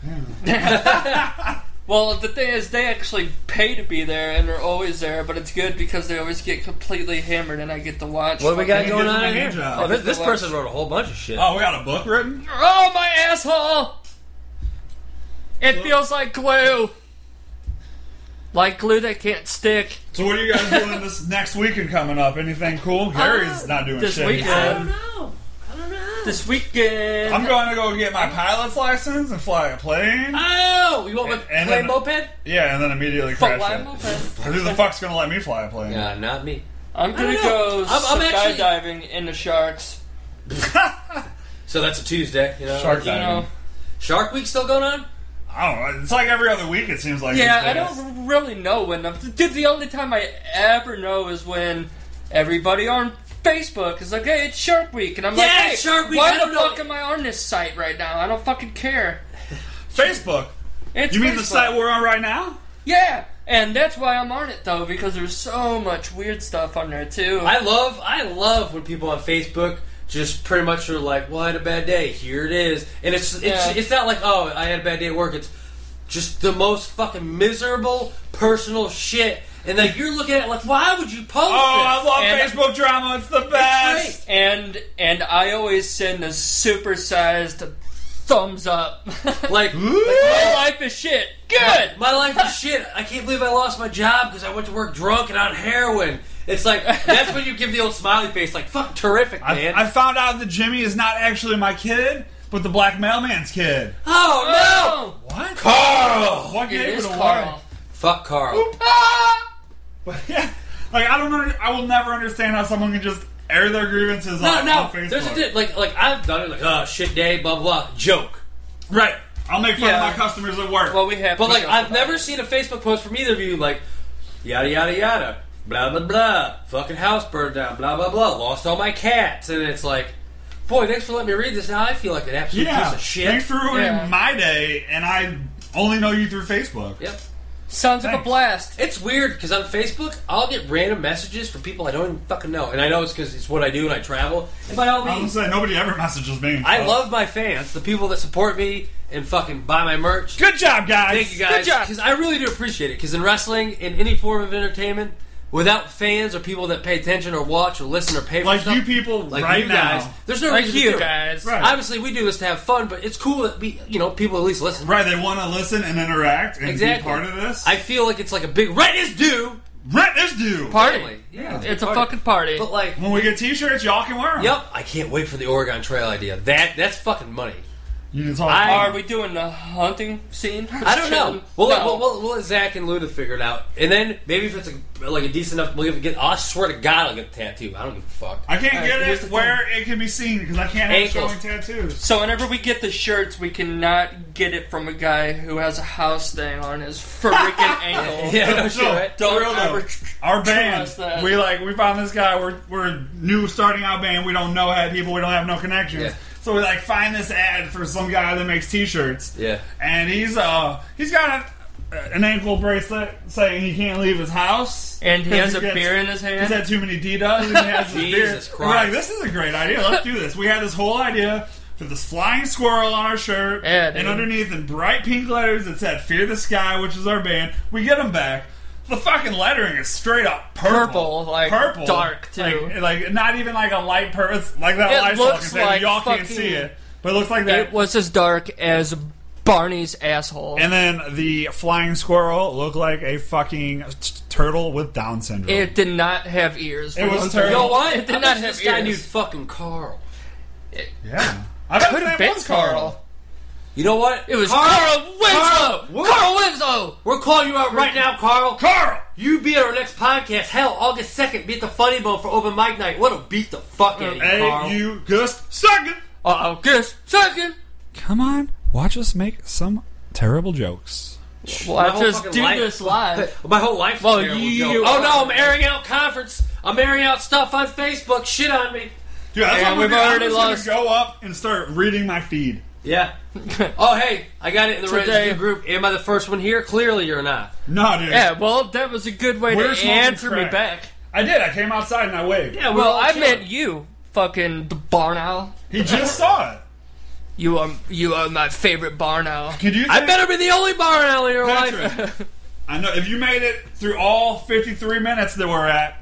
Speaker 4: Well, the thing is, they actually pay to be there and are always there, but it's good because they always get completely hammered, and I get to watch.
Speaker 3: What do we got
Speaker 4: fucking-
Speaker 3: going on
Speaker 2: my
Speaker 3: in
Speaker 2: hand
Speaker 3: here?
Speaker 2: job.
Speaker 3: Oh, this, this
Speaker 4: What?
Speaker 3: person wrote a whole bunch of shit.
Speaker 2: Oh, we got a book written.
Speaker 4: (laughs) Oh my asshole! It feels like glue, like glue that can't stick.
Speaker 2: So what are you guys doing this next weekend coming up? Anything cool? Gary's not doing
Speaker 4: Uh, Oh, This
Speaker 2: shit.
Speaker 4: weekend.
Speaker 3: know. I don't know.
Speaker 4: This weekend.
Speaker 2: I'm going to go get my pilot's license and fly a plane.
Speaker 3: oh, you want my
Speaker 2: And- and
Speaker 3: play
Speaker 2: then-
Speaker 3: moped?
Speaker 2: Yeah, and then immediately
Speaker 4: Fuck,
Speaker 2: crash
Speaker 4: why
Speaker 2: it.
Speaker 4: am I pissed?
Speaker 2: Who the fuck's gonna let me fly a plane?
Speaker 3: Nah, not me.
Speaker 4: I'm
Speaker 3: I
Speaker 4: gonna
Speaker 3: don't know.
Speaker 4: go
Speaker 3: I'm- I'm actually-
Speaker 4: skydiving in the sharks.
Speaker 3: So that's a Tuesday, you know.
Speaker 2: (laughs) Shark
Speaker 4: You know?
Speaker 2: diving.
Speaker 3: Shark Week still going on?
Speaker 2: I don't know. It's like every other week. It seems like.
Speaker 4: Yeah,
Speaker 2: these
Speaker 4: I
Speaker 2: days.
Speaker 4: don't really know when. I'm, dude, the only time I ever know is when everybody on Facebook is like, "Hey, it's Shark Week," and I'm like,
Speaker 3: Yeah,
Speaker 4: "Hey,
Speaker 3: it's Shark Week,
Speaker 4: Why
Speaker 3: I
Speaker 4: the
Speaker 3: don't know."
Speaker 4: fuck am I on this site right now? I don't fucking care."
Speaker 2: Facebook.
Speaker 4: It's
Speaker 2: You mean the
Speaker 4: Facebook.
Speaker 2: site we're on right now?
Speaker 4: Yeah, and that's why I'm on it though because there's so much weird stuff on there too.
Speaker 3: I love I love when people on Facebook just pretty much are like, well, I had a bad day. Here it is, and it's it's,
Speaker 4: Yeah.
Speaker 3: it's not like oh, I had a bad day at work. It's just the most fucking miserable personal shit, and like you're looking at it like, why would you post
Speaker 2: Oh, I love
Speaker 4: And-
Speaker 2: Facebook drama. It's the best.
Speaker 4: and and I always send a supersized thumbs up. (laughs)
Speaker 3: this? Like,
Speaker 4: my life is shit. Good.
Speaker 3: my life is shit. I can't believe I lost my job because I went to work drunk and on heroin. It's like that's when you give the old smiley face, like fuck, terrific, man.
Speaker 2: I, I found out that Jimmy is not actually my kid, but the black mailman's kid.
Speaker 3: oh no,
Speaker 2: What? Carl! What
Speaker 4: It
Speaker 2: gave
Speaker 4: is
Speaker 2: it away?
Speaker 4: Carl.
Speaker 3: fuck Oh, Carl.
Speaker 2: But (laughs) yeah, like I don't under, I will never understand how someone can just air their grievances
Speaker 3: No,
Speaker 2: on,
Speaker 3: no.
Speaker 2: on Facebook.
Speaker 3: There's a di- like like I've done it like oh shit day blah blah joke.
Speaker 2: Right. I'll make fun
Speaker 4: Yeah.
Speaker 2: of my customers at work.
Speaker 4: Well, we have.
Speaker 3: But
Speaker 4: to
Speaker 3: like
Speaker 4: go
Speaker 3: I've
Speaker 4: for
Speaker 3: never
Speaker 4: that.
Speaker 3: seen a Facebook post from either of you like yada yada yada blah blah blah fucking house burned down blah blah blah lost all my cats and it's like boy thanks for letting me read this now I feel like an absolute
Speaker 2: yeah.
Speaker 3: piece of shit.
Speaker 2: Thanks for ruining
Speaker 4: Yeah.
Speaker 2: my day, and I only know you through Facebook.
Speaker 3: Yep.
Speaker 4: Sounds like a
Speaker 2: Thanks.
Speaker 4: blast.
Speaker 3: It's weird because on Facebook, I'll get random messages from people I don't even fucking know, and I know it's because it's what I do and I travel. And by all
Speaker 2: I was
Speaker 3: means,
Speaker 2: gonna say nobody ever messages me.
Speaker 3: I
Speaker 2: so-
Speaker 3: love my fans, the people that support me and fucking buy my merch.
Speaker 2: Good job, guys.
Speaker 3: Thank you guys,
Speaker 4: Good job.
Speaker 3: because I really do appreciate it. Because in wrestling, in any form of entertainment, without fans or people that pay attention or watch or listen or pay for
Speaker 2: Like
Speaker 3: stuff,
Speaker 2: you people
Speaker 3: like
Speaker 2: right
Speaker 3: you
Speaker 2: now.
Speaker 3: guys, there's no
Speaker 4: Like
Speaker 3: reason to do
Speaker 4: you
Speaker 3: it.
Speaker 4: guys.
Speaker 2: Right.
Speaker 3: Obviously, we do this to have fun, but it's cool that we, you know, people at least listen.
Speaker 2: Right, they want to listen and interact and
Speaker 3: Exactly.
Speaker 2: be part of this.
Speaker 3: I feel like it's like a big rent is due.
Speaker 2: Rent is due.
Speaker 4: Party.
Speaker 3: Really. Yeah,
Speaker 4: It's a
Speaker 3: party.
Speaker 4: fucking party.
Speaker 3: But like,
Speaker 2: when we get T-shirts, y'all can wear them.
Speaker 3: Yep, I can't wait for the Oregon Trail idea. That that's fucking money.
Speaker 2: You can talk.
Speaker 3: I-
Speaker 4: Are we doing the hunting scene?
Speaker 3: I don't know. We'll,
Speaker 4: no.
Speaker 3: let, we'll, we'll, we'll let Zach and Luda figure it out, and then maybe if it's a, like a decent enough, we'll get. I swear to God, I'll get a tattoo. I don't give a fuck.
Speaker 2: I can't
Speaker 4: Alright,
Speaker 2: get
Speaker 4: here's the
Speaker 2: it
Speaker 4: thing.
Speaker 2: where it can be seen because I can't have
Speaker 3: Ankles.
Speaker 2: showing tattoos.
Speaker 4: So whenever we get the shirts, we cannot get it from a guy who has a house thing on his
Speaker 3: (laughs)
Speaker 4: freaking ankle.
Speaker 3: (laughs) yeah, no shit,
Speaker 2: So,
Speaker 3: right?
Speaker 4: Don't
Speaker 2: Real
Speaker 4: ever
Speaker 2: though, our band,
Speaker 4: trust that.
Speaker 2: we like we found this guy. We're we're new starting out band. We don't know had people. We don't have no connections.
Speaker 3: Yeah.
Speaker 2: So we like find this ad for some guy that makes T-shirts.
Speaker 3: Yeah.
Speaker 2: and he's uh he's got a, an ankle bracelet saying he can't leave his house,
Speaker 4: And he
Speaker 2: 'cause
Speaker 4: has a
Speaker 2: gets-
Speaker 4: beer in his
Speaker 2: He's
Speaker 4: hand.
Speaker 2: had too many D-Dubs. and He
Speaker 4: (laughs)
Speaker 2: has his beer.
Speaker 3: Jesus
Speaker 2: We're like,
Speaker 3: Christ.
Speaker 2: this is a great idea. Let's do this. We had this whole idea for this flying squirrel on our shirt.
Speaker 4: Yeah, dude.
Speaker 2: and underneath in bright pink letters it said Fear the Sky, which is our band. We get them back. The fucking lettering is straight up purple.
Speaker 4: Purple, like,
Speaker 2: purple.
Speaker 4: dark, too.
Speaker 2: Like, like, not even like a light purple. It's like that
Speaker 4: It
Speaker 2: light
Speaker 4: looks
Speaker 2: stalking thing.
Speaker 4: like
Speaker 2: Y'all can't
Speaker 4: fucking-
Speaker 2: see it. But it looks like that.
Speaker 4: It was as dark as Barney's asshole.
Speaker 2: and then the flying squirrel looked like a fucking t- turtle with Down syndrome.
Speaker 4: it did not have ears.
Speaker 2: It was terrible.
Speaker 3: You know what?
Speaker 4: It
Speaker 3: I
Speaker 4: did
Speaker 3: bet
Speaker 4: not
Speaker 3: you
Speaker 4: have
Speaker 3: this guy
Speaker 4: ears.
Speaker 3: knew fucking Carl.
Speaker 2: yeah. I bet
Speaker 4: Could
Speaker 2: that
Speaker 4: have been
Speaker 2: was
Speaker 4: Carl.
Speaker 3: You know what?
Speaker 4: It was Carl
Speaker 3: Carl,
Speaker 4: Winslow.
Speaker 3: what?
Speaker 4: Carl Winslow.
Speaker 3: We're calling you out right now, Carl.
Speaker 2: Carl!
Speaker 3: You be at our next podcast. Hell, August second, be at the Funny Bone for open mic night. What a beat the fuck out of you, Carl.
Speaker 2: Hey, you just second.
Speaker 4: Uh oh. Guess second.
Speaker 2: Come on, watch us make some terrible jokes.
Speaker 3: My
Speaker 4: Watch
Speaker 3: whole
Speaker 4: us
Speaker 3: fucking
Speaker 4: do
Speaker 3: life-
Speaker 4: this live.
Speaker 3: (laughs) My whole life.
Speaker 4: Well,
Speaker 3: Well, you.
Speaker 4: you-
Speaker 3: Oh no, I'm airing out conference. I'm airing out stuff on Facebook. Shit on me.
Speaker 2: Dude, that's
Speaker 4: Yeah,
Speaker 2: what we've
Speaker 4: we've already
Speaker 2: already
Speaker 4: lost-
Speaker 2: Go up and start reading my feed.
Speaker 3: Yeah. oh hey, I got it in the
Speaker 4: Today-
Speaker 3: registered group. Am I the first one here? Clearly, you're not.
Speaker 2: No, dude.
Speaker 4: Yeah, well, that was a good way
Speaker 2: We're
Speaker 4: to
Speaker 2: smoking
Speaker 4: answer me
Speaker 2: crack.
Speaker 4: back.
Speaker 2: I did. I came outside and I waved.
Speaker 3: Yeah.
Speaker 4: Well, I meant
Speaker 3: meant.
Speaker 4: you, fucking the barn owl.
Speaker 2: He just saw it.
Speaker 4: You are you are my favorite barn owl.
Speaker 2: Could you?
Speaker 3: I
Speaker 2: think-
Speaker 3: better be the only bar owl in your life.
Speaker 2: Patrick, I know if you made it through all 53 minutes that we're at,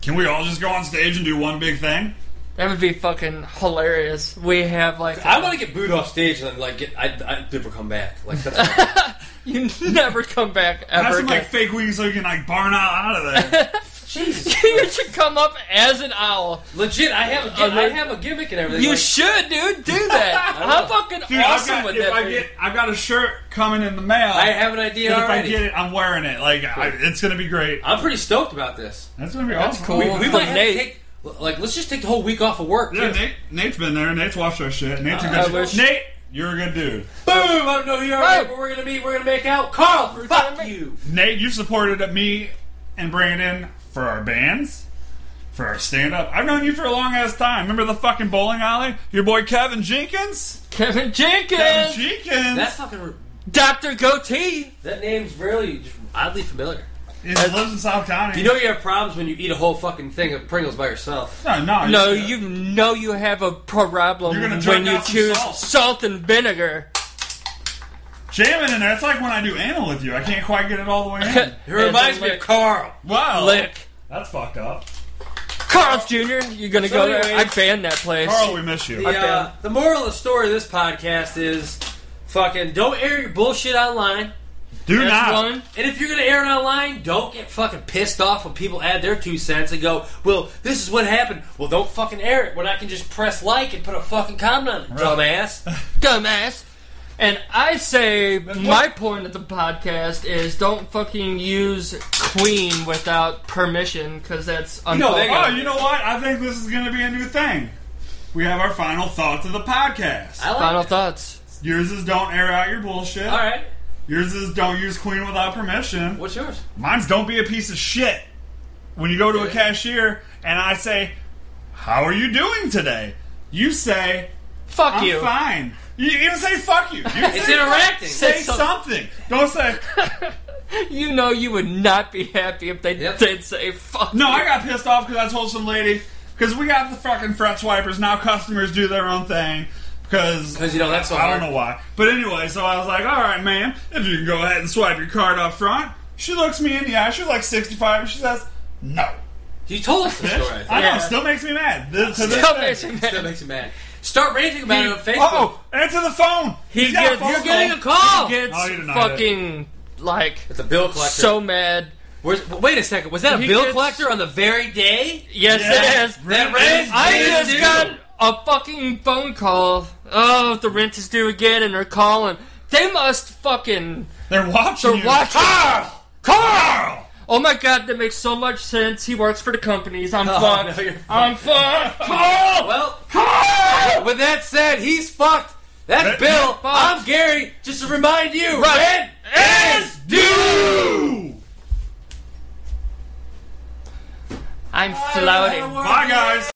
Speaker 2: can we all just go on stage and do one big thing?
Speaker 4: (laughs) That would be fucking hilarious. We have like
Speaker 3: I want to get booed off stage and then like get I, I never come back. Like that's
Speaker 4: (laughs) you never come back
Speaker 2: Have
Speaker 4: ever
Speaker 2: some like
Speaker 4: again.
Speaker 2: fake wings so you can like barn out out of
Speaker 4: (laughs)
Speaker 2: there.
Speaker 3: Jesus.
Speaker 4: you should come up as an owl.
Speaker 3: Legit, I have a gi- I have a gimmick and everything.
Speaker 4: You
Speaker 3: like,
Speaker 4: should, dude. Do
Speaker 2: (laughs)
Speaker 4: that. How fucking
Speaker 2: Dude,
Speaker 4: awesome
Speaker 2: I've got,
Speaker 4: would
Speaker 2: if
Speaker 4: that
Speaker 2: I
Speaker 4: be?
Speaker 2: get, I've got a shirt coming in the mail.
Speaker 3: I have an idea
Speaker 2: And if I
Speaker 3: already.
Speaker 2: get it, I'm wearing it. Like I, it's gonna be great.
Speaker 3: I'm pretty stoked about this.
Speaker 2: That's gonna be
Speaker 4: That's
Speaker 2: awesome.
Speaker 4: cool.
Speaker 2: We-
Speaker 3: We
Speaker 4: For
Speaker 3: might have to
Speaker 4: Nate.
Speaker 3: take like let's just take the whole week off of work.
Speaker 2: yeah,
Speaker 3: too.
Speaker 2: Nate, Nate's been there. Nate's watched our shit. Nate's a
Speaker 4: I
Speaker 2: good.
Speaker 4: wish-
Speaker 2: Nate, you're a good dude.
Speaker 3: Boom! I don't know who you are,
Speaker 4: Right.
Speaker 3: but we're gonna meet. We're gonna make out. Carl, fuck
Speaker 4: gonna
Speaker 3: you.
Speaker 2: Nate, you've supported me and Brandon for our bands, for our stand up. I've known you for a long ass time. Remember the fucking bowling alley? Your boy Kevin Jenkins?
Speaker 4: Kevin
Speaker 2: Kevin (laughs)
Speaker 4: Jenkins,
Speaker 2: Jenkins!
Speaker 3: That fucking
Speaker 4: Doctor Goatee.
Speaker 3: that name's really just oddly familiar.
Speaker 2: It lives in South County.
Speaker 3: You know you have problems when you eat a whole fucking thing of Pringles by yourself.
Speaker 2: no, no,
Speaker 4: No,
Speaker 2: it's-
Speaker 4: you know you have a problem
Speaker 2: You're gonna
Speaker 4: when
Speaker 2: drink
Speaker 4: you
Speaker 2: out some
Speaker 4: choose
Speaker 2: salt.
Speaker 4: salt. and vinegar.
Speaker 2: jamming in there. It's like when I do anal with you. I can't quite get it all the way
Speaker 4: (laughs)
Speaker 2: in.
Speaker 3: It reminds me of Carl.
Speaker 2: Wow,
Speaker 4: Lick.
Speaker 2: that's fucked up.
Speaker 4: Carl's Jr., you're gonna
Speaker 3: So
Speaker 4: go there.
Speaker 3: anyway-
Speaker 4: I banned that place.
Speaker 2: Carl, we miss you.
Speaker 3: The, uh,
Speaker 4: found-
Speaker 3: the moral of the story of this podcast is fucking don't air your bullshit online.
Speaker 2: do
Speaker 4: That's
Speaker 2: not.
Speaker 4: one.
Speaker 3: And if you're going to air it online, don't get fucking pissed off when people add their two cents and go, well, this is what happened. Well, don't fucking air it when I can just press like and put a fucking comment on it, (laughs) dumbass.
Speaker 4: dumbass. And I say my point of the podcast is don't fucking use Queen without permission because that's
Speaker 3: know, they
Speaker 4: unfair.
Speaker 2: Oh, you know what? I think this is going to be a new thing. We have our final thoughts of the podcast.
Speaker 3: I like
Speaker 4: Final
Speaker 3: it.
Speaker 4: thoughts.
Speaker 2: Yours is don't air out your bullshit.
Speaker 3: All right.
Speaker 2: Yours is don't use queen without permission.
Speaker 3: What's yours?
Speaker 2: Mine's don't be a piece of shit. When you go to a cashier and I say, "How are you doing today?" You say,
Speaker 4: Fuck
Speaker 2: "I'm
Speaker 4: you.
Speaker 2: fine." You even say "fuck
Speaker 3: (laughs)
Speaker 2: you." you
Speaker 3: It's
Speaker 2: say,
Speaker 3: interacting.
Speaker 2: Say
Speaker 4: Say some-
Speaker 2: something. Don't say.
Speaker 4: You know you would not be happy if they
Speaker 3: Yep.
Speaker 4: did say fuck.
Speaker 2: No,
Speaker 4: you.
Speaker 2: I got pissed off because I told some lady because we got the fucking fret swipers now. Customers do their own thing because
Speaker 3: Because, you know, that's so
Speaker 2: I
Speaker 3: hard.
Speaker 2: don't know why. But anyway, so I was like, all right, ma'am, if you can go ahead and swipe your card up front. She looks me in the eye. She's like 65. And she says, no.
Speaker 3: You told us the story, (laughs) I think.
Speaker 2: I know.
Speaker 4: Yeah.
Speaker 2: it Still makes me mad. This, to this
Speaker 4: Still
Speaker 2: day.
Speaker 4: makes me
Speaker 3: (laughs) That
Speaker 4: mad.
Speaker 3: makes you mad. Start ranting about (laughs) it on Facebook.
Speaker 2: Oh, answer the phone.
Speaker 4: He
Speaker 2: He's got
Speaker 4: gets-
Speaker 2: a phone
Speaker 4: you're
Speaker 3: Getting a
Speaker 2: call.
Speaker 3: call.
Speaker 4: Gets
Speaker 2: Oh, you denied
Speaker 4: fucking like
Speaker 3: It's a bill collector.
Speaker 4: so mad.
Speaker 3: Where's, wait a second. Was that a
Speaker 4: He
Speaker 3: bill
Speaker 4: gets-
Speaker 3: collector on the very day?
Speaker 4: Yes,
Speaker 2: Yeah.
Speaker 4: it is.
Speaker 3: That rent
Speaker 4: I
Speaker 3: is
Speaker 4: just
Speaker 3: due.
Speaker 4: got a fucking phone call. Oh, the rent is due again, and they're calling. They must fucking.
Speaker 2: They're watching
Speaker 4: They're
Speaker 2: you.
Speaker 4: watching.
Speaker 2: Carl!
Speaker 4: Carl!
Speaker 2: Carl!
Speaker 4: Oh my god, that makes so much sense. He works for the companies.
Speaker 3: (laughs)
Speaker 4: I'm
Speaker 3: Oh,
Speaker 4: fucked.
Speaker 3: no, you're
Speaker 4: I'm fucked. Carl!
Speaker 3: Well, (laughs)
Speaker 4: Carl!
Speaker 3: with that said, he's fucked. That's
Speaker 2: That-
Speaker 3: Bill.
Speaker 4: fucked.
Speaker 3: I'm Gary. Just to remind you,
Speaker 4: Right.
Speaker 3: rent is due.
Speaker 4: I'm
Speaker 3: I
Speaker 4: floating.
Speaker 3: don't wanna
Speaker 2: Bye, guys.